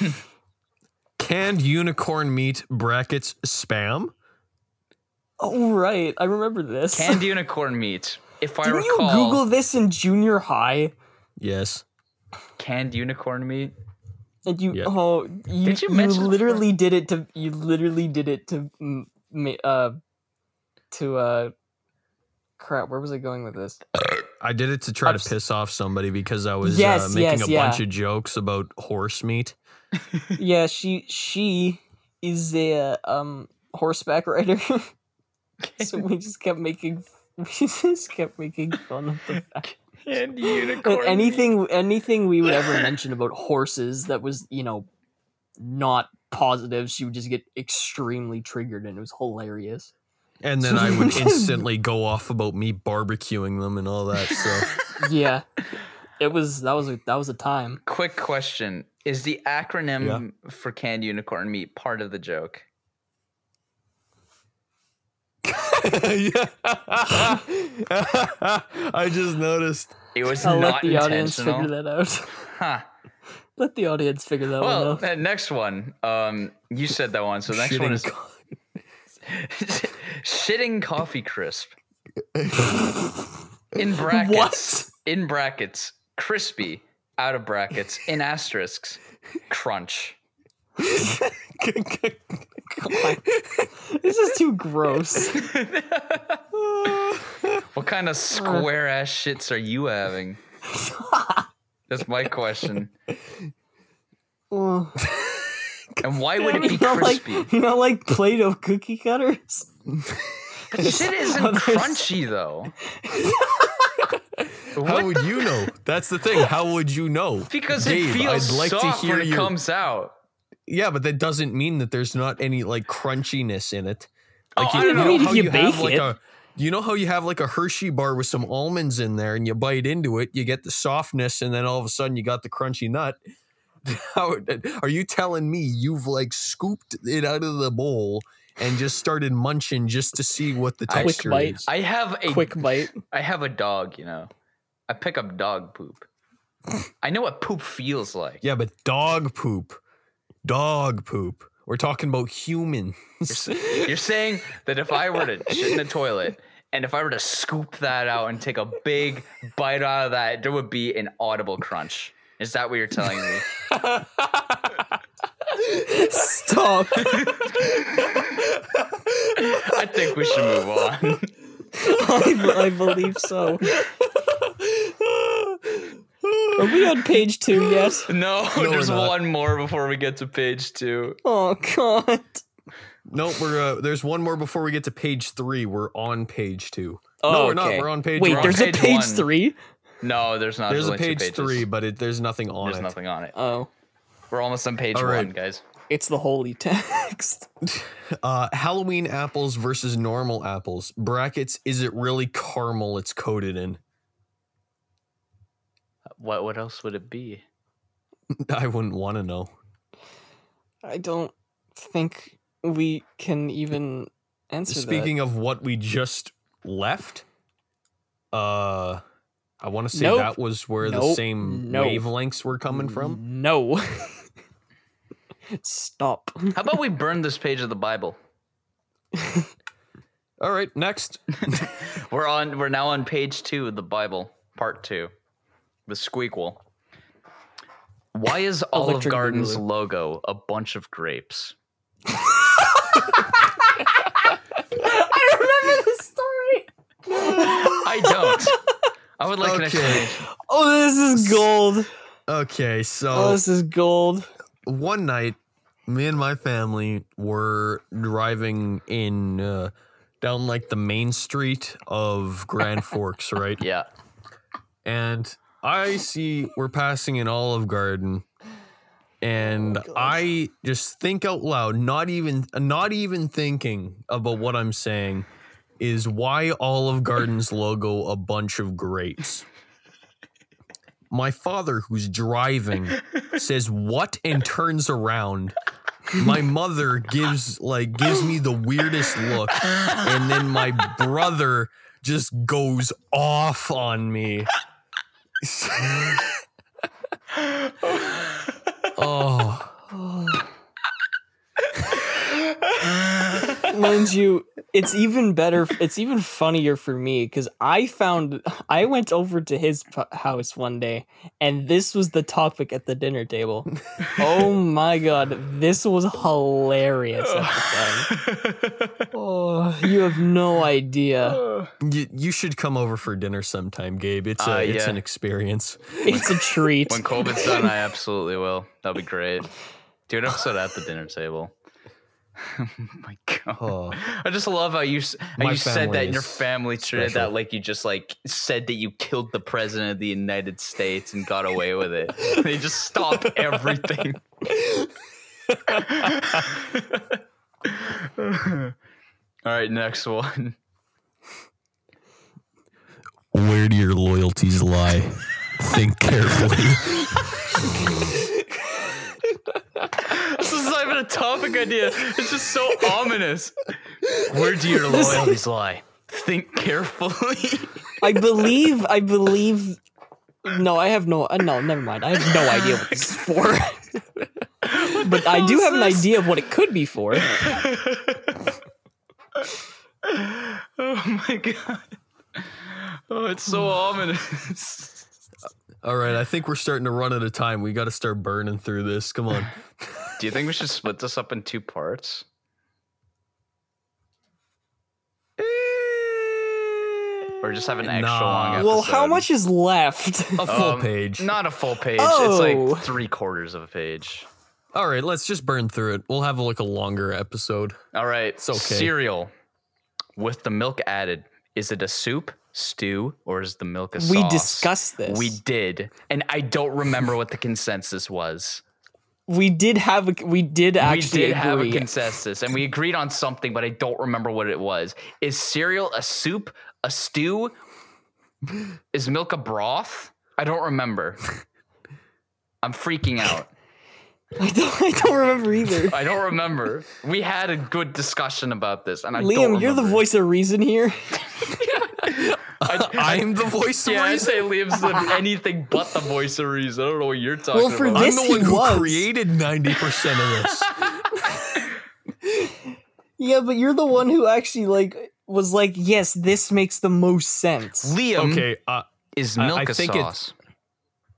[SPEAKER 2] Canned unicorn meat brackets spam?
[SPEAKER 1] Oh right, I remember this.
[SPEAKER 3] Canned unicorn meat. If I
[SPEAKER 1] Didn't you
[SPEAKER 3] recall,
[SPEAKER 1] Google this in junior high?
[SPEAKER 2] Yes.
[SPEAKER 3] canned unicorn meat.
[SPEAKER 1] And you
[SPEAKER 2] Yeah.
[SPEAKER 1] oh you,
[SPEAKER 3] Did you
[SPEAKER 1] you,
[SPEAKER 3] mention this
[SPEAKER 1] literally did it to you literally did it to mm, ma- uh to uh crap where was I going with this?
[SPEAKER 2] I did it to try
[SPEAKER 1] Ups-
[SPEAKER 2] to piss off somebody because I was
[SPEAKER 1] Yes,
[SPEAKER 2] uh, making
[SPEAKER 1] yes,
[SPEAKER 2] a
[SPEAKER 1] yeah.
[SPEAKER 2] bunch of jokes about horse meat.
[SPEAKER 1] yeah, she she is a um horseback rider. so we just kept making we just kept making fun of the fact
[SPEAKER 3] and
[SPEAKER 1] that
[SPEAKER 3] unicorn.
[SPEAKER 1] anything anything we would ever mention about horses that was you know not positive, she would just get extremely triggered, and it was hilarious.
[SPEAKER 2] And then I would instantly go off about me barbecuing them and all that. So
[SPEAKER 1] Yeah, it was that was a, that was a time.
[SPEAKER 3] Quick question: Is the acronym for canned unicorn meat part of the joke?
[SPEAKER 2] Yeah. I just noticed.
[SPEAKER 3] It was
[SPEAKER 1] I'll let
[SPEAKER 3] not
[SPEAKER 1] the audience figure
[SPEAKER 3] intentional.
[SPEAKER 1] that out.
[SPEAKER 3] Huh.
[SPEAKER 1] let the audience figure that
[SPEAKER 3] Well,
[SPEAKER 1] one out.
[SPEAKER 3] that next one. Um, you said that one, so the next one
[SPEAKER 2] Shitting
[SPEAKER 3] is shitting coffee crisp in brackets.
[SPEAKER 1] What?
[SPEAKER 3] In brackets, crispy. Out of brackets, in asterisks, crunch.
[SPEAKER 1] This is too gross.
[SPEAKER 3] What kind of square ass shits are you having? That's my question.
[SPEAKER 1] Oh.
[SPEAKER 3] And why would it be
[SPEAKER 1] you know, like
[SPEAKER 3] crispy?
[SPEAKER 1] you know, like Play-Doh cookie cutters.
[SPEAKER 3] Shit isn't
[SPEAKER 1] Others-
[SPEAKER 3] crunchy though.
[SPEAKER 2] How would you know? That's the thing. How would you know?
[SPEAKER 3] Because
[SPEAKER 2] Dave,
[SPEAKER 3] it feels
[SPEAKER 2] I'd like to
[SPEAKER 3] soft
[SPEAKER 2] hear
[SPEAKER 3] when it
[SPEAKER 2] your-
[SPEAKER 3] comes out.
[SPEAKER 2] Yeah, but that doesn't mean that there's not any like crunchiness in it.
[SPEAKER 3] Oh,
[SPEAKER 2] Like
[SPEAKER 3] I don't know.
[SPEAKER 1] mean if you
[SPEAKER 2] have
[SPEAKER 1] bake
[SPEAKER 2] like
[SPEAKER 1] it.
[SPEAKER 2] a you know how you have like a Hershey bar with some almonds in there and you bite into it, you get the softness and then all of a sudden you got the crunchy nut. How are you telling me you've like scooped it out of the bowl and just started munching just to see what the
[SPEAKER 3] I-
[SPEAKER 1] Quick
[SPEAKER 2] texture
[SPEAKER 1] bite.
[SPEAKER 2] is?
[SPEAKER 3] I have a
[SPEAKER 1] Quick bite.
[SPEAKER 3] I have a dog, you know. I pick up dog poop. I know what poop feels like.
[SPEAKER 2] Yeah, but dog poop. Dog poop. We're talking about humans.
[SPEAKER 3] You're saying that if I were to shit in the toilet and if I were to scoop that out and take a big bite out of that, there would be an audible crunch. Is that what you're telling me?
[SPEAKER 1] Stop.
[SPEAKER 3] I think we should move on.
[SPEAKER 1] I, be- I believe so. Are we on page two yet?
[SPEAKER 3] No, there's
[SPEAKER 2] we're not.
[SPEAKER 3] one more before we get to page two.
[SPEAKER 1] Oh god.
[SPEAKER 2] Nope, we're uh, there's one more before we get to page three. We're on page two. no,
[SPEAKER 1] Oh,
[SPEAKER 2] we're
[SPEAKER 3] okay.
[SPEAKER 2] not. We're on page.
[SPEAKER 1] Wait,
[SPEAKER 2] we're on-
[SPEAKER 1] there's
[SPEAKER 3] page
[SPEAKER 1] a page
[SPEAKER 3] one.
[SPEAKER 1] three.
[SPEAKER 3] No, there's not.
[SPEAKER 2] there's a
[SPEAKER 3] only two
[SPEAKER 2] page
[SPEAKER 3] pages.
[SPEAKER 2] three, but it, there's nothing on
[SPEAKER 3] There's
[SPEAKER 2] it.
[SPEAKER 3] nothing on it.
[SPEAKER 1] Oh,
[SPEAKER 3] We're almost on page
[SPEAKER 2] All right.
[SPEAKER 3] one, guys.
[SPEAKER 1] it's the holy text.
[SPEAKER 2] Uh, Halloween apples versus normal apples. Brackets. Is it really caramel? It's coated in.
[SPEAKER 3] What what else would it be?
[SPEAKER 2] I wouldn't want to know.
[SPEAKER 1] I don't think we can even answer
[SPEAKER 2] Speaking of what we just left, uh, I want to say
[SPEAKER 1] Nope.
[SPEAKER 2] that was where the
[SPEAKER 1] Nope.
[SPEAKER 2] same
[SPEAKER 1] Nope. Mm.
[SPEAKER 2] wavelengths were
[SPEAKER 1] that.
[SPEAKER 2] coming from.
[SPEAKER 1] No. Stop.
[SPEAKER 3] How about we burn this page of the Bible?
[SPEAKER 2] All right, next.
[SPEAKER 3] We're on. We're now on page two of the Bible, part two, with Squeakquel. Why is Olive
[SPEAKER 1] Electric
[SPEAKER 3] Garden's
[SPEAKER 1] Boogaloo.
[SPEAKER 3] logo a bunch of grapes?
[SPEAKER 1] I remember the story.
[SPEAKER 3] I don't. I would like an
[SPEAKER 2] Okay.
[SPEAKER 3] explanation.
[SPEAKER 1] Oh, this is gold.
[SPEAKER 2] Okay, so
[SPEAKER 1] Oh, this is gold.
[SPEAKER 2] one night, me and my family were driving in uh, down like the main street of Grand Forks, right?
[SPEAKER 3] Yeah.
[SPEAKER 2] And I see we're passing an Olive Garden, and
[SPEAKER 1] gosh.
[SPEAKER 2] I just think out loud, not even not even thinking about what I'm saying, is why Olive Garden's logo a bunch of grapes. My father, who's driving, says what and turns around. My mother gives like gives me the weirdest look, and then my brother just goes off on me. oh,
[SPEAKER 3] Oh.
[SPEAKER 1] Mind you, it's even better. It's even funnier for me because I found I went over to his p- house one day, and this was the topic at the dinner table. oh my god, this was hilarious at the time. Oh, you have no idea.
[SPEAKER 2] You, you should come over for dinner sometime, Gabe. It's a,
[SPEAKER 3] Uh,
[SPEAKER 2] it's
[SPEAKER 3] yeah.
[SPEAKER 2] an experience.
[SPEAKER 1] It's a treat.
[SPEAKER 3] when COVID's done, I absolutely will. That'd be great. Do an episode at the dinner table. oh my god.
[SPEAKER 2] Oh.
[SPEAKER 3] I just love how you s- how
[SPEAKER 2] My
[SPEAKER 3] you said that
[SPEAKER 2] family
[SPEAKER 3] in your
[SPEAKER 2] is
[SPEAKER 3] family treated
[SPEAKER 2] special.
[SPEAKER 3] that like you just like said that you killed the president of the United States and got away with it. they just stop everything. All right, next one.
[SPEAKER 2] Where do your loyalties lie? Think carefully.
[SPEAKER 3] This is not even a topic idea. It's just so ominous. Where do your loyalties lie? Think carefully.
[SPEAKER 1] I believe. I believe. No, I have no. Uh, no, never mind. I have no idea what this is for. but I do have an idea of what it could be for.
[SPEAKER 3] Oh my god. Oh, it's so ominous.
[SPEAKER 2] All right, I think we're starting to run out of time. We got to start burning through this. Come on.
[SPEAKER 3] Do you think we should split this up in two parts? Eh, Or just have an extra
[SPEAKER 2] Nah.
[SPEAKER 3] long episode?
[SPEAKER 2] Well,
[SPEAKER 1] Well, how much is left?
[SPEAKER 2] A full
[SPEAKER 3] Um,
[SPEAKER 2] page.
[SPEAKER 3] Not a full page.
[SPEAKER 1] Oh.
[SPEAKER 3] It's like three quarters of a page.
[SPEAKER 2] All right, let's just burn through it. We'll have like a longer episode.
[SPEAKER 3] All right.
[SPEAKER 2] okay.
[SPEAKER 3] Cereal with the milk added. Is it a soup, stew, or is the milk a sauce?
[SPEAKER 1] we discussed this.
[SPEAKER 3] We did, and I don't remember what the consensus was.
[SPEAKER 1] we did have a we did actually
[SPEAKER 3] we did have a
[SPEAKER 1] agree.
[SPEAKER 3] consensus, and we agreed on something, but I don't remember what it was. Is cereal a soup, a stew? Is milk a broth? I don't remember. I'm freaking out.
[SPEAKER 1] I don't I don't remember either.
[SPEAKER 3] I don't remember. We had a good discussion about this, and I don't
[SPEAKER 1] Liam, you're the
[SPEAKER 3] remember.
[SPEAKER 1] voice of reason here.
[SPEAKER 3] I,
[SPEAKER 2] I'm the voice of
[SPEAKER 3] Yeah, I
[SPEAKER 2] reason.
[SPEAKER 3] say Liam's the, anything but the voice of reason. I don't know what you're talking
[SPEAKER 1] Well, for
[SPEAKER 3] about.
[SPEAKER 1] this
[SPEAKER 2] I'm the
[SPEAKER 1] he
[SPEAKER 2] one who
[SPEAKER 1] was.
[SPEAKER 2] created 90% of this.
[SPEAKER 1] Yeah, but you're the one who actually like was like, yes, this makes the most sense.
[SPEAKER 3] Liam
[SPEAKER 2] okay, uh,
[SPEAKER 3] is
[SPEAKER 2] I- I
[SPEAKER 3] milk a
[SPEAKER 2] think it's-
[SPEAKER 3] sauce.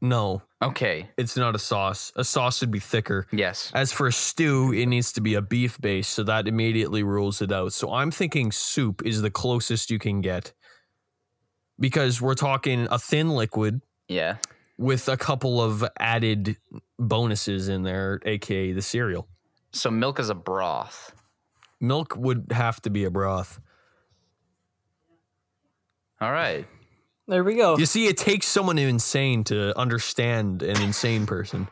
[SPEAKER 2] no,
[SPEAKER 3] okay.
[SPEAKER 2] it's not a sauce. A sauce would be thicker.
[SPEAKER 3] Yes.
[SPEAKER 2] As for a stew, it needs to be a beef base, so that immediately rules it out. So I'm thinking soup is the closest you can get because we're talking a thin liquid
[SPEAKER 3] Yeah.
[SPEAKER 2] with a couple of added bonuses in there, aka the cereal.
[SPEAKER 3] So milk is a broth.
[SPEAKER 2] Milk would have to be a broth.
[SPEAKER 3] All right.
[SPEAKER 1] There we go.
[SPEAKER 2] You see, it takes someone insane to understand an insane person.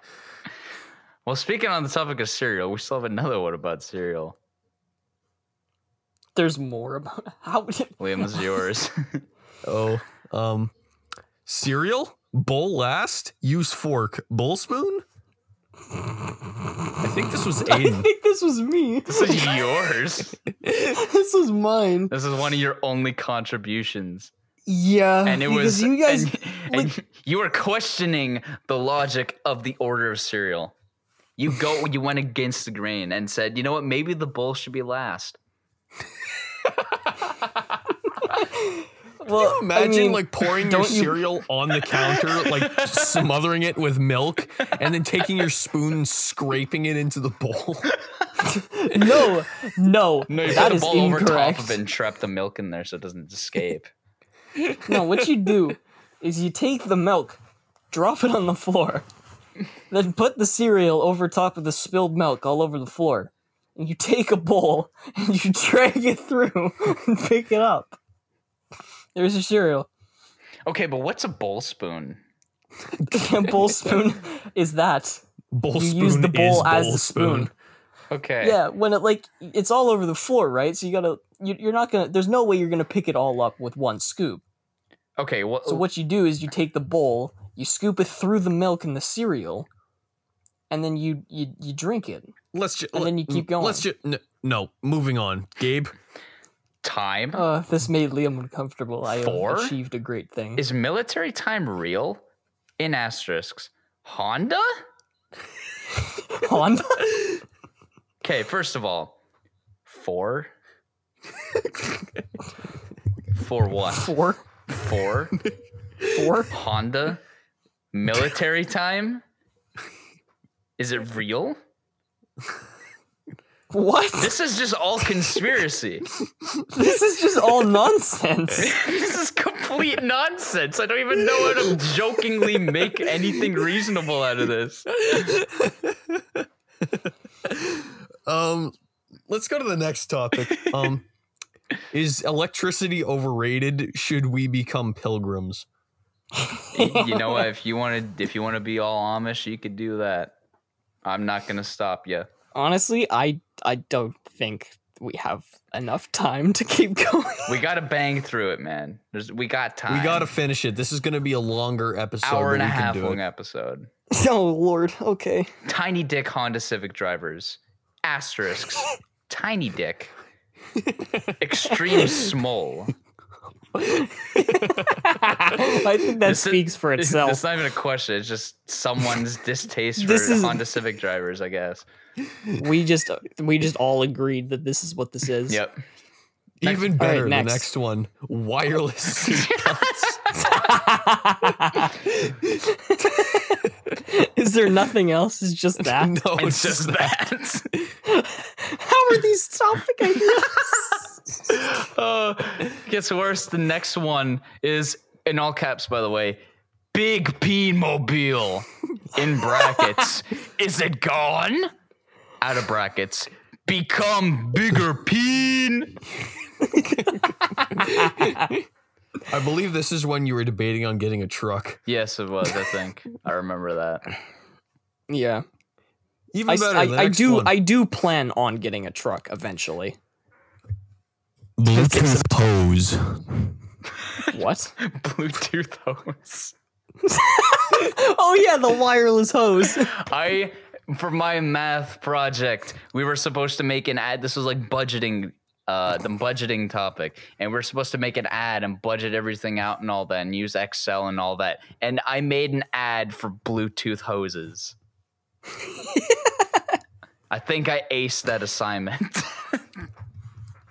[SPEAKER 3] Well, speaking on the topic of cereal, we still have another one about cereal.
[SPEAKER 1] There's more about how
[SPEAKER 3] Liam is yours.
[SPEAKER 2] Oh, um, cereal bowl last use fork bowl spoon. I think this was
[SPEAKER 1] I
[SPEAKER 2] Aiden.
[SPEAKER 1] think this was me.
[SPEAKER 3] this is yours.
[SPEAKER 1] this was mine.
[SPEAKER 3] This is one of your only contributions.
[SPEAKER 1] Yeah.
[SPEAKER 3] And it
[SPEAKER 1] Uh, because
[SPEAKER 3] was
[SPEAKER 1] you guys
[SPEAKER 3] and, and you were questioning the logic of the order of cereal. You go you went against the grain and said, you know what, maybe the bowl should be last.
[SPEAKER 1] well,
[SPEAKER 2] Imagine
[SPEAKER 1] I mean,
[SPEAKER 2] like pouring your
[SPEAKER 1] don't you-
[SPEAKER 2] cereal on the counter, like smothering it with milk, and then taking your spoon and scraping it into the bowl.
[SPEAKER 1] no, no,
[SPEAKER 3] No, you
[SPEAKER 1] that
[SPEAKER 3] put the
[SPEAKER 1] is
[SPEAKER 3] bowl
[SPEAKER 1] incorrect.
[SPEAKER 3] over top of it and trap the milk in there so it doesn't escape.
[SPEAKER 1] No, what you do is you take the milk, drop it on the floor, then put the cereal over top of the spilled milk all over the floor. And you take a bowl and you drag it through and pick it up. There's your cereal.
[SPEAKER 3] Okay, but what's a bowl spoon?
[SPEAKER 1] A bowl spoon is that.
[SPEAKER 2] Bowl
[SPEAKER 1] You
[SPEAKER 2] spoon
[SPEAKER 1] use the
[SPEAKER 2] is
[SPEAKER 1] bowl as
[SPEAKER 2] bowl
[SPEAKER 1] the spoon.
[SPEAKER 3] Okay.
[SPEAKER 1] Yeah, when it like it's all over the floor, right? So you gotta you, you're not gonna. There's no way you're gonna pick it all up with one scoop.
[SPEAKER 3] Okay, well,
[SPEAKER 1] So what you do is you take the bowl, you scoop it through the milk and the cereal, and then you you, you drink it.
[SPEAKER 2] Let's just
[SPEAKER 1] And then you keep going.
[SPEAKER 2] Let's just no, no. Moving on, Gabe.
[SPEAKER 3] time?
[SPEAKER 1] Uh, this made Liam uncomfortable. I have
[SPEAKER 3] Four?
[SPEAKER 1] achieved a great thing.
[SPEAKER 3] Is military time real? In asterisks. Honda?
[SPEAKER 1] Honda?
[SPEAKER 3] Okay, first of all, four. For what?
[SPEAKER 1] Four,
[SPEAKER 3] For
[SPEAKER 1] four.
[SPEAKER 3] Honda? Military time? Is it real?
[SPEAKER 1] What?
[SPEAKER 3] This is just all conspiracy.
[SPEAKER 1] This is just all nonsense.
[SPEAKER 3] this is complete nonsense. I don't even know how to jokingly make anything reasonable out of this.
[SPEAKER 2] um, let's go to the next topic. Um, is electricity overrated? Should we become pilgrims?
[SPEAKER 3] You know what? If you want to, if you want to be all Amish, you could do that. I'm not gonna stop you.
[SPEAKER 1] Honestly, I I don't think we have enough time to keep going.
[SPEAKER 3] We gotta bang through it, man. There's, we got time.
[SPEAKER 2] We gotta finish it. This is gonna be a longer episode.
[SPEAKER 3] hour
[SPEAKER 2] but
[SPEAKER 3] and a
[SPEAKER 2] we can
[SPEAKER 3] half
[SPEAKER 2] do
[SPEAKER 3] long
[SPEAKER 2] it.
[SPEAKER 3] episode.
[SPEAKER 1] oh lord. Okay.
[SPEAKER 3] Tiny dick Honda Civic drivers. Asterisks. Tiny dick. Extreme small.
[SPEAKER 1] I think that
[SPEAKER 3] This is-
[SPEAKER 1] speaks for
[SPEAKER 3] It's
[SPEAKER 1] itself.
[SPEAKER 3] not even a question. It's just someone's distaste for
[SPEAKER 1] This is-
[SPEAKER 3] Honda Civic drivers, I guess.
[SPEAKER 1] we just we just all agreed that this is what this is.
[SPEAKER 3] Yep.
[SPEAKER 2] Even
[SPEAKER 1] All right,
[SPEAKER 2] better, the
[SPEAKER 1] next.
[SPEAKER 2] next one: wireless seatbelts.
[SPEAKER 1] is there nothing else? Is just that?
[SPEAKER 2] no,
[SPEAKER 3] It's just
[SPEAKER 2] that.
[SPEAKER 3] that.
[SPEAKER 1] How are these topic ideas?
[SPEAKER 3] uh, gets worse. The next one is in all caps, by the way. Big P Mobile in brackets. is it gone? Out of brackets. Become bigger peen.
[SPEAKER 2] I believe this is when you were debating on getting a truck.
[SPEAKER 3] Yes, it was. I think I remember that.
[SPEAKER 1] yeah,
[SPEAKER 2] Even
[SPEAKER 1] I, s-
[SPEAKER 2] better.
[SPEAKER 1] I-
[SPEAKER 2] the
[SPEAKER 1] I
[SPEAKER 2] next
[SPEAKER 1] do.
[SPEAKER 2] one.
[SPEAKER 1] I do plan on getting a truck eventually.
[SPEAKER 2] Bluetooth pose.
[SPEAKER 1] What?
[SPEAKER 3] Bluetooth hose.
[SPEAKER 1] oh yeah, the wireless hose.
[SPEAKER 3] I for my math project, we were supposed to make an ad. This was like budgeting, uh, the budgeting topic, and we are supposed to make an ad and budget everything out and all that, and use Excel and all that. And I made an ad for Bluetooth hoses. I think I aced that assignment.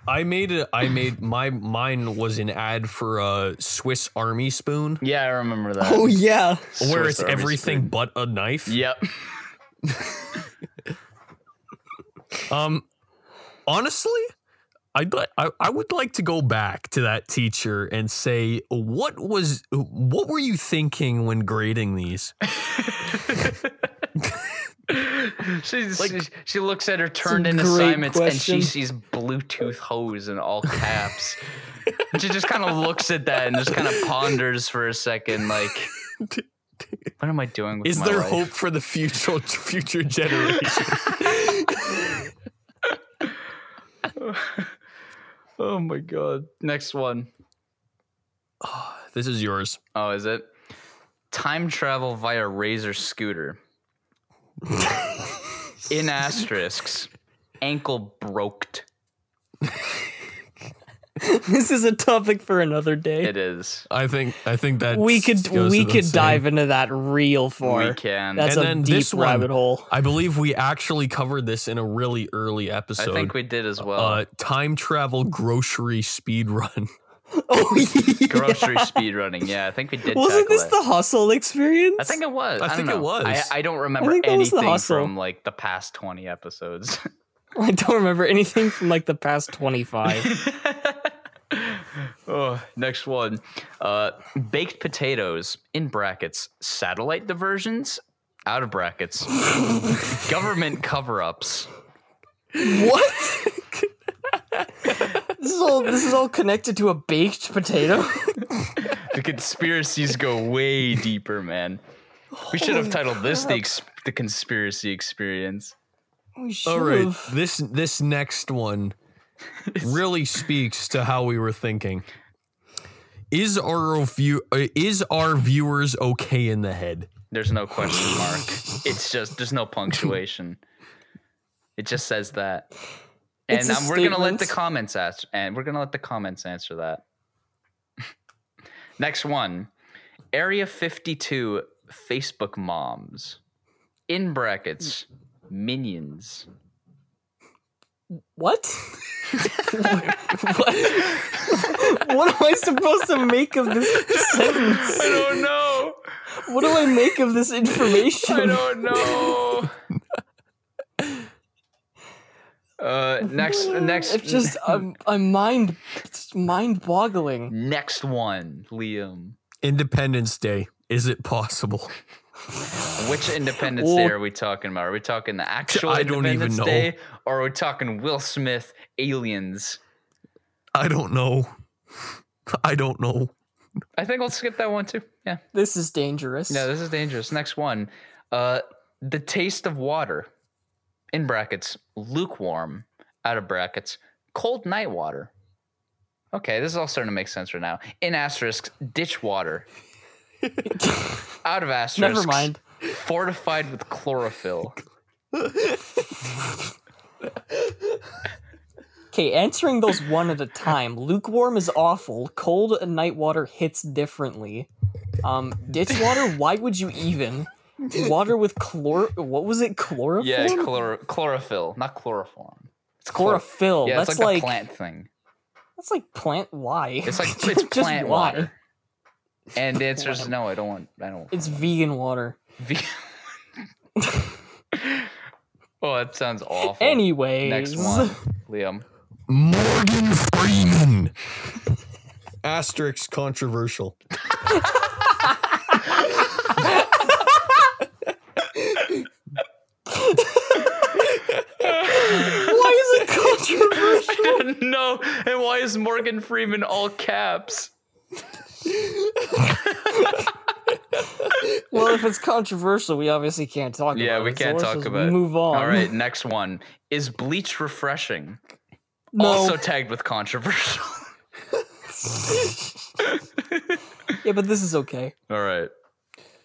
[SPEAKER 2] I made it. I made my mine was an ad for a Swiss Army spoon,
[SPEAKER 3] yeah, I remember that.
[SPEAKER 1] Oh yeah.
[SPEAKER 2] where
[SPEAKER 3] Swiss
[SPEAKER 2] it's
[SPEAKER 3] Army
[SPEAKER 2] everything
[SPEAKER 3] spoon.
[SPEAKER 2] but a knife.
[SPEAKER 3] Yep.
[SPEAKER 2] Um, honestly, I'd li- I I would like to go back to that teacher and say, what was what were you thinking when grading these?
[SPEAKER 3] she, she, she looks at her turned
[SPEAKER 1] a
[SPEAKER 3] in
[SPEAKER 1] great
[SPEAKER 3] assignments and she
[SPEAKER 1] question.
[SPEAKER 3] sees Bluetooth hose in all caps. And she just kind of looks at that and just kind of ponders for a second, like, what am I doing with
[SPEAKER 2] Is
[SPEAKER 3] my
[SPEAKER 2] there
[SPEAKER 3] life?
[SPEAKER 2] hope for the future future generation?
[SPEAKER 3] Oh my god. Next one.
[SPEAKER 2] this is yours.
[SPEAKER 3] Oh, is it? Time travel via razor scooter. in asterisks, ankle broked.
[SPEAKER 1] This is a topic for another day.
[SPEAKER 3] It is.
[SPEAKER 2] I think I think that
[SPEAKER 1] We could we could dive into that real far.
[SPEAKER 3] We can.
[SPEAKER 1] That's
[SPEAKER 2] And
[SPEAKER 1] a
[SPEAKER 2] then
[SPEAKER 1] deep
[SPEAKER 2] this one.
[SPEAKER 1] rabbit hole.
[SPEAKER 2] I believe we actually covered this in a really early
[SPEAKER 3] I
[SPEAKER 2] episode.
[SPEAKER 3] think we did as well.
[SPEAKER 2] uh, time travel grocery speed run.
[SPEAKER 1] Oh yeah.
[SPEAKER 3] grocery speed running. Yeah, I think we did.
[SPEAKER 1] Wasn't
[SPEAKER 3] tackle
[SPEAKER 1] this
[SPEAKER 3] it.
[SPEAKER 1] the hustle experience?
[SPEAKER 3] I think it was.
[SPEAKER 2] I
[SPEAKER 3] don't
[SPEAKER 2] think it
[SPEAKER 3] know.
[SPEAKER 2] was.
[SPEAKER 3] I, I don't remember
[SPEAKER 1] think that was the
[SPEAKER 3] anything
[SPEAKER 1] hustle.
[SPEAKER 3] from like the past twenty episodes.
[SPEAKER 1] I don't remember anything from like the past twenty five.
[SPEAKER 3] oh, next one. Uh, baked potatoes in brackets. Satellite diversions out of brackets. Government cover-ups.
[SPEAKER 1] What? this is all this is all connected to a baked potato.
[SPEAKER 3] The conspiracies go way deeper, man. We should have titled this the, ex- the conspiracy experience.
[SPEAKER 1] We
[SPEAKER 2] All right,
[SPEAKER 1] should've.
[SPEAKER 2] this this next one really speaks to how we were thinking. Is our view uh, is our viewers okay in the head?
[SPEAKER 3] There's no question mark. it's just there's no punctuation. It just says that.
[SPEAKER 1] It's
[SPEAKER 3] And
[SPEAKER 1] a
[SPEAKER 3] um, we're gonna let the
[SPEAKER 1] statement.
[SPEAKER 3] comments ask, and we're gonna let the comments answer that. Next one, Area 52 Facebook moms, in brackets, minions.
[SPEAKER 1] What? what, what am I supposed to make of this sentence?
[SPEAKER 3] I don't know.
[SPEAKER 1] What do I make of this
[SPEAKER 3] I
[SPEAKER 1] information?
[SPEAKER 3] don't know. Uh, next, next,
[SPEAKER 1] It's just I'm, I'm mind, it's mind-boggling.
[SPEAKER 3] next one, Liam.
[SPEAKER 2] Independence Day. Is it possible?
[SPEAKER 3] Which Independence Day
[SPEAKER 1] Well-
[SPEAKER 3] are we talking about? Are we talking the actual
[SPEAKER 2] I don't even
[SPEAKER 3] Independence
[SPEAKER 2] know.
[SPEAKER 3] Day, or are we talking Will Smith aliens?
[SPEAKER 2] I don't know. I don't know.
[SPEAKER 3] I think we'll skip that one too. Yeah,
[SPEAKER 1] This is dangerous.
[SPEAKER 3] no, this is dangerous. Next one, uh, the taste of water, in brackets, lukewarm, out of brackets, cold night water. Okay, this is all starting to make sense right now. In asterisks, ditch water, out of asterisks.
[SPEAKER 1] Never mind.
[SPEAKER 3] Fortified with chlorophyll.
[SPEAKER 1] Okay, answering those one at a time. Lukewarm is awful. Cold and night water hits differently. Um, ditch water. Why would you even? Water with chlor. What was it? Chlorophyll.
[SPEAKER 3] Yeah, chlor- chlorophyll, not chloroform. It's chlor-
[SPEAKER 1] chlorophyll.
[SPEAKER 3] Yeah,
[SPEAKER 1] Oh, that's
[SPEAKER 3] it's like,
[SPEAKER 1] like,
[SPEAKER 3] the plant thing.
[SPEAKER 1] that's like plant. Why?
[SPEAKER 3] It's like it's
[SPEAKER 1] Just
[SPEAKER 3] plant
[SPEAKER 1] why?
[SPEAKER 3] water. And the answer is no. I don't want. I don't.
[SPEAKER 1] It's vegan water.
[SPEAKER 3] V- oh, that sounds awful.
[SPEAKER 1] Anyways,
[SPEAKER 3] next one, Liam.
[SPEAKER 2] Morgan Freeman. Asterisk controversial.
[SPEAKER 1] Why is it controversial?
[SPEAKER 3] no, and why is Morgan Freeman all caps?
[SPEAKER 1] well, if it's controversial, we obviously can't talk.
[SPEAKER 3] Yeah,
[SPEAKER 1] about
[SPEAKER 3] we
[SPEAKER 1] it, so
[SPEAKER 3] can't
[SPEAKER 1] let's
[SPEAKER 3] talk
[SPEAKER 1] just
[SPEAKER 3] about it.
[SPEAKER 1] Move on.
[SPEAKER 3] All right, next one is bleach refreshing.
[SPEAKER 1] No.
[SPEAKER 3] Also tagged with controversial.
[SPEAKER 1] yeah, but this is okay.
[SPEAKER 3] all right.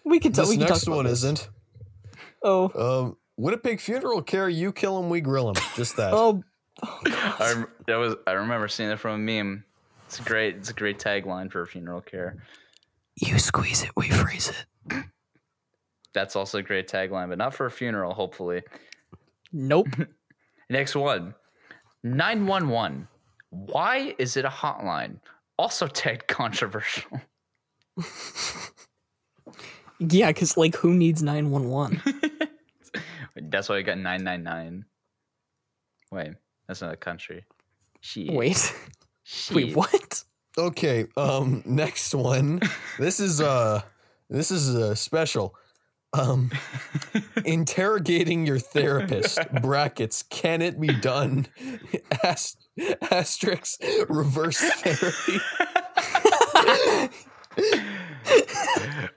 [SPEAKER 1] We can, t-
[SPEAKER 2] This
[SPEAKER 1] we can talk.
[SPEAKER 2] next
[SPEAKER 1] about
[SPEAKER 2] one
[SPEAKER 1] this.
[SPEAKER 2] isn't.
[SPEAKER 1] Oh,
[SPEAKER 2] Um, Winnipeg Funeral Care, you kill him, we grill him. Just that.
[SPEAKER 1] oh,
[SPEAKER 3] I rem- that was I remember seeing that from a meme. It's a great it's a great tagline for funeral care.
[SPEAKER 1] you squeeze it, we freeze it.
[SPEAKER 3] That's also a great tagline, but not for a funeral, hopefully.
[SPEAKER 1] Nope.
[SPEAKER 3] Next one. 911. Why is it a hotline? Also tagged controversial.
[SPEAKER 1] yeah, because like, who needs nine one one?
[SPEAKER 3] That's why I got 999. Wait, that's not a country. Shit.
[SPEAKER 1] Wait, wait,
[SPEAKER 3] Shit.
[SPEAKER 1] what?
[SPEAKER 2] Okay. Um, next one. This is uh this is a special. Um interrogating your therapist. Brackets. Can it be done? Ast- asterisk reverse therapy.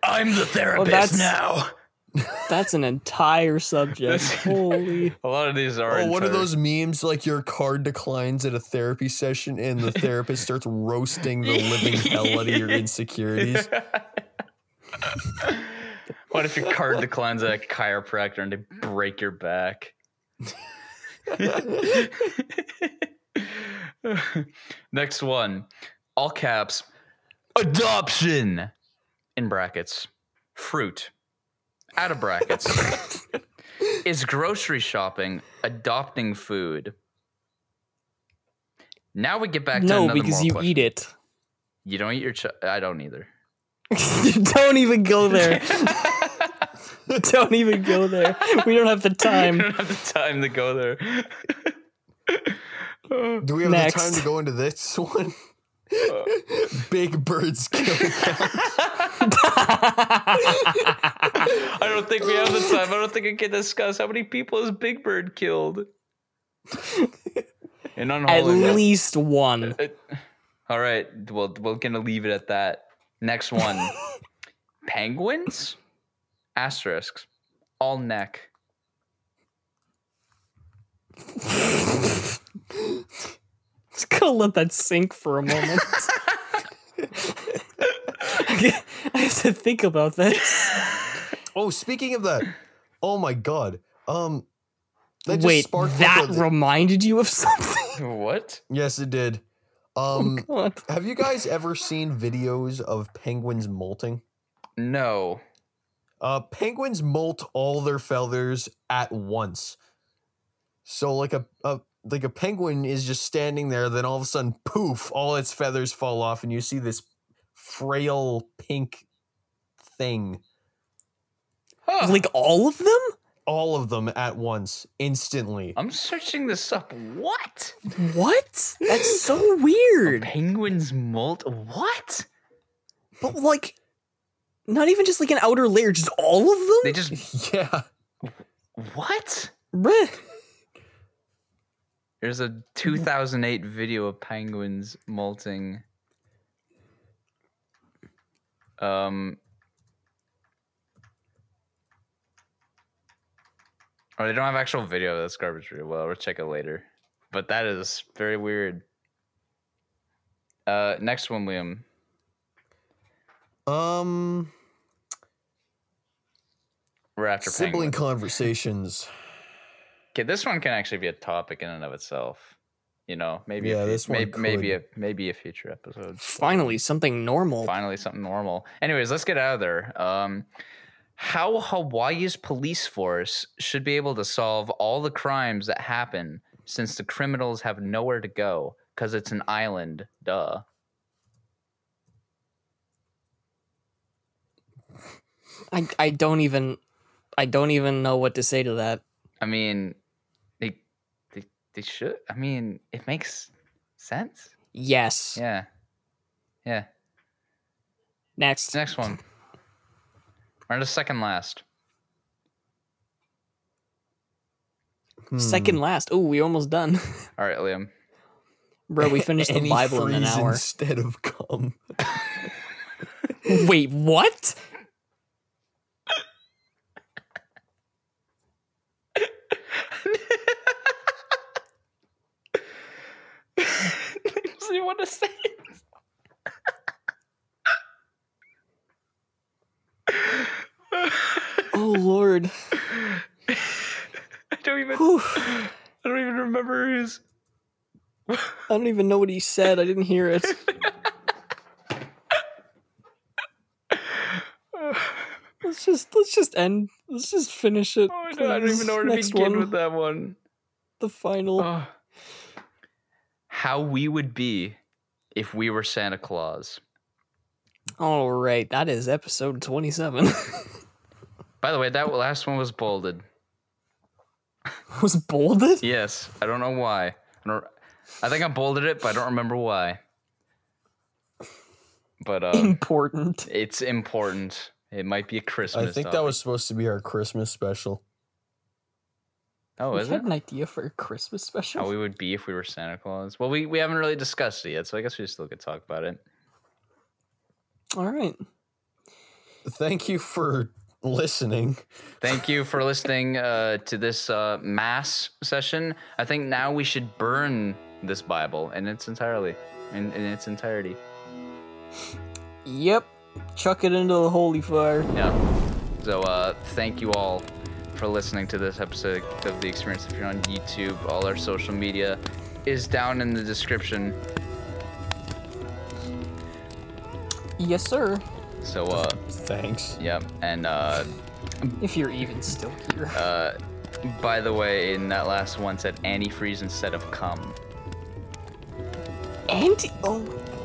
[SPEAKER 3] I'm the therapist
[SPEAKER 1] Oh, that's-
[SPEAKER 3] now.
[SPEAKER 1] That's an entire subject.
[SPEAKER 3] That's-
[SPEAKER 1] Holy.
[SPEAKER 3] A lot of these are.
[SPEAKER 2] Oh, one of
[SPEAKER 3] entire-
[SPEAKER 2] those memes like your card declines at a therapy session and the therapist starts roasting the living hell out of your insecurities.
[SPEAKER 3] What if your card declines at a chiropractor and they break your back? Next one, all caps, adoption in brackets, fruit out of brackets. Is grocery shopping adopting food? Now we get back to
[SPEAKER 1] No,
[SPEAKER 3] another
[SPEAKER 1] because
[SPEAKER 3] moral
[SPEAKER 1] you
[SPEAKER 3] question.
[SPEAKER 1] eat it.
[SPEAKER 3] You don't eat your. Ch- I don't either.
[SPEAKER 1] Don't even go there. Don't even go there. We don't have the
[SPEAKER 3] I
[SPEAKER 1] time.
[SPEAKER 3] don't have the time to go there.
[SPEAKER 2] Do we have
[SPEAKER 1] Next.
[SPEAKER 2] the time to go into this one? Big birds kill
[SPEAKER 3] I don't think we have the time. I don't think I can discuss how many people has Big Bird killed. And
[SPEAKER 1] At
[SPEAKER 3] unholy. mil-
[SPEAKER 1] least one.
[SPEAKER 3] All right. Well, we're gonna leave it at that. Next one. Penguins. Asterisks. All neck.
[SPEAKER 1] Just gonna let that sink for a moment. I have to think about this.
[SPEAKER 2] Oh, speaking of that, oh my god. Um, that just
[SPEAKER 1] Wait,
[SPEAKER 2] sparked
[SPEAKER 1] that
[SPEAKER 2] like a-
[SPEAKER 1] reminded you of something?
[SPEAKER 3] What?
[SPEAKER 2] yes, it did.
[SPEAKER 1] Oh,
[SPEAKER 2] Um,
[SPEAKER 1] God.
[SPEAKER 2] have you guys ever seen videos of penguins molting?
[SPEAKER 3] No.
[SPEAKER 2] Uh, penguins molt all their feathers at once. So, like a, a like a penguin is just standing there. Then all of a sudden, poof! All its feathers fall off, and you see this frail pink thing.
[SPEAKER 3] Huh.
[SPEAKER 1] Like all of them?
[SPEAKER 2] All of them at once, instantly.
[SPEAKER 3] I'm searching this up. What?
[SPEAKER 1] What? That's so
[SPEAKER 3] A
[SPEAKER 1] weird.
[SPEAKER 3] penguin's molt? What?
[SPEAKER 1] But like, not even just like an outer layer, just all of them.
[SPEAKER 3] They just
[SPEAKER 2] Yeah,
[SPEAKER 3] what?
[SPEAKER 1] Bruh.
[SPEAKER 3] There's
[SPEAKER 2] Mm-hmm.
[SPEAKER 3] a 2008 video of penguins molting. Um. Oh, they don't have actual video of this garbage video. Well, we'll check it later. But that is very weird. Uh, next one, Liam.
[SPEAKER 2] Um,
[SPEAKER 3] We're after
[SPEAKER 2] sibling
[SPEAKER 3] penguins.
[SPEAKER 2] conversations.
[SPEAKER 3] Okay, this one can actually be a topic in and of itself. You know, maybe
[SPEAKER 2] Yeah,
[SPEAKER 3] a,
[SPEAKER 2] this one
[SPEAKER 3] maybe, maybe a
[SPEAKER 2] could.
[SPEAKER 3] maybe a future episode.
[SPEAKER 1] Finally, something normal.
[SPEAKER 3] Finally, something normal. Anyways, let's get out of there. Um, how Hawaii's police force should be able to solve all the crimes that happen since the criminals have nowhere to go because it's an island. Duh.
[SPEAKER 1] I I don't even I don't even know what to say to that.
[SPEAKER 3] I mean, they they they should. I mean, it makes sense.
[SPEAKER 1] Yes.
[SPEAKER 3] Yeah. Yeah.
[SPEAKER 1] Next.
[SPEAKER 3] Next one. Or the second last.
[SPEAKER 2] Hmm.
[SPEAKER 1] Second last. Oh, we almost done.
[SPEAKER 3] All right, Liam.
[SPEAKER 1] Bro, we finished the
[SPEAKER 2] Any
[SPEAKER 1] Bible in an
[SPEAKER 2] phrase
[SPEAKER 1] hour.
[SPEAKER 2] instead of cum.
[SPEAKER 1] Wait, what?
[SPEAKER 3] so you want to say it?
[SPEAKER 1] Oh Lord.
[SPEAKER 3] I don't even.
[SPEAKER 1] Whew.
[SPEAKER 3] I don't even remember who's.
[SPEAKER 1] I don't even know what he said. I didn't hear it.
[SPEAKER 3] Oh,
[SPEAKER 1] Let's just let's just end. Let's just finish it.
[SPEAKER 3] Oh, I don't, I don't even know where to
[SPEAKER 1] Next
[SPEAKER 3] begin
[SPEAKER 1] one.
[SPEAKER 3] with that one.
[SPEAKER 1] The final.
[SPEAKER 3] Oh. How we would be if we were Santa Claus.
[SPEAKER 1] All right, that is episode twenty-seven.
[SPEAKER 3] By the way, that last one was bolded.
[SPEAKER 1] Was bolded?
[SPEAKER 3] Yes, I don't know why. I, don't, I think I bolded it, but I don't remember why. But um,
[SPEAKER 1] Important.
[SPEAKER 3] it's important. It might be a
[SPEAKER 2] I
[SPEAKER 3] Christmas.
[SPEAKER 2] think that
[SPEAKER 3] topic.
[SPEAKER 2] was supposed to be our Christmas special.
[SPEAKER 3] Oh,
[SPEAKER 1] We
[SPEAKER 3] is it?
[SPEAKER 1] had an idea for a Christmas special.
[SPEAKER 3] How we would be if we were Santa Claus? Well, we, we haven't really discussed it yet, so I guess we still could talk about it.
[SPEAKER 1] All right.
[SPEAKER 2] Thank you for listening.
[SPEAKER 3] Thank you for listening uh, to this uh, mass session. I think now we should burn this Bible in its entirely, in, in its entirety.
[SPEAKER 1] Yep. Chuck it into the holy fire.
[SPEAKER 3] Yeah. So uh, thank you all for listening to this episode of The Experience. If you're on YouTube, all our social media is down in the description.
[SPEAKER 1] Yes, sir.
[SPEAKER 3] So uh,
[SPEAKER 2] Thanks.
[SPEAKER 3] yep. And uh,
[SPEAKER 1] If you're even still here.
[SPEAKER 3] uh, by the way, in that last one said antifreeze instead of cum.
[SPEAKER 1] Anti. Oh.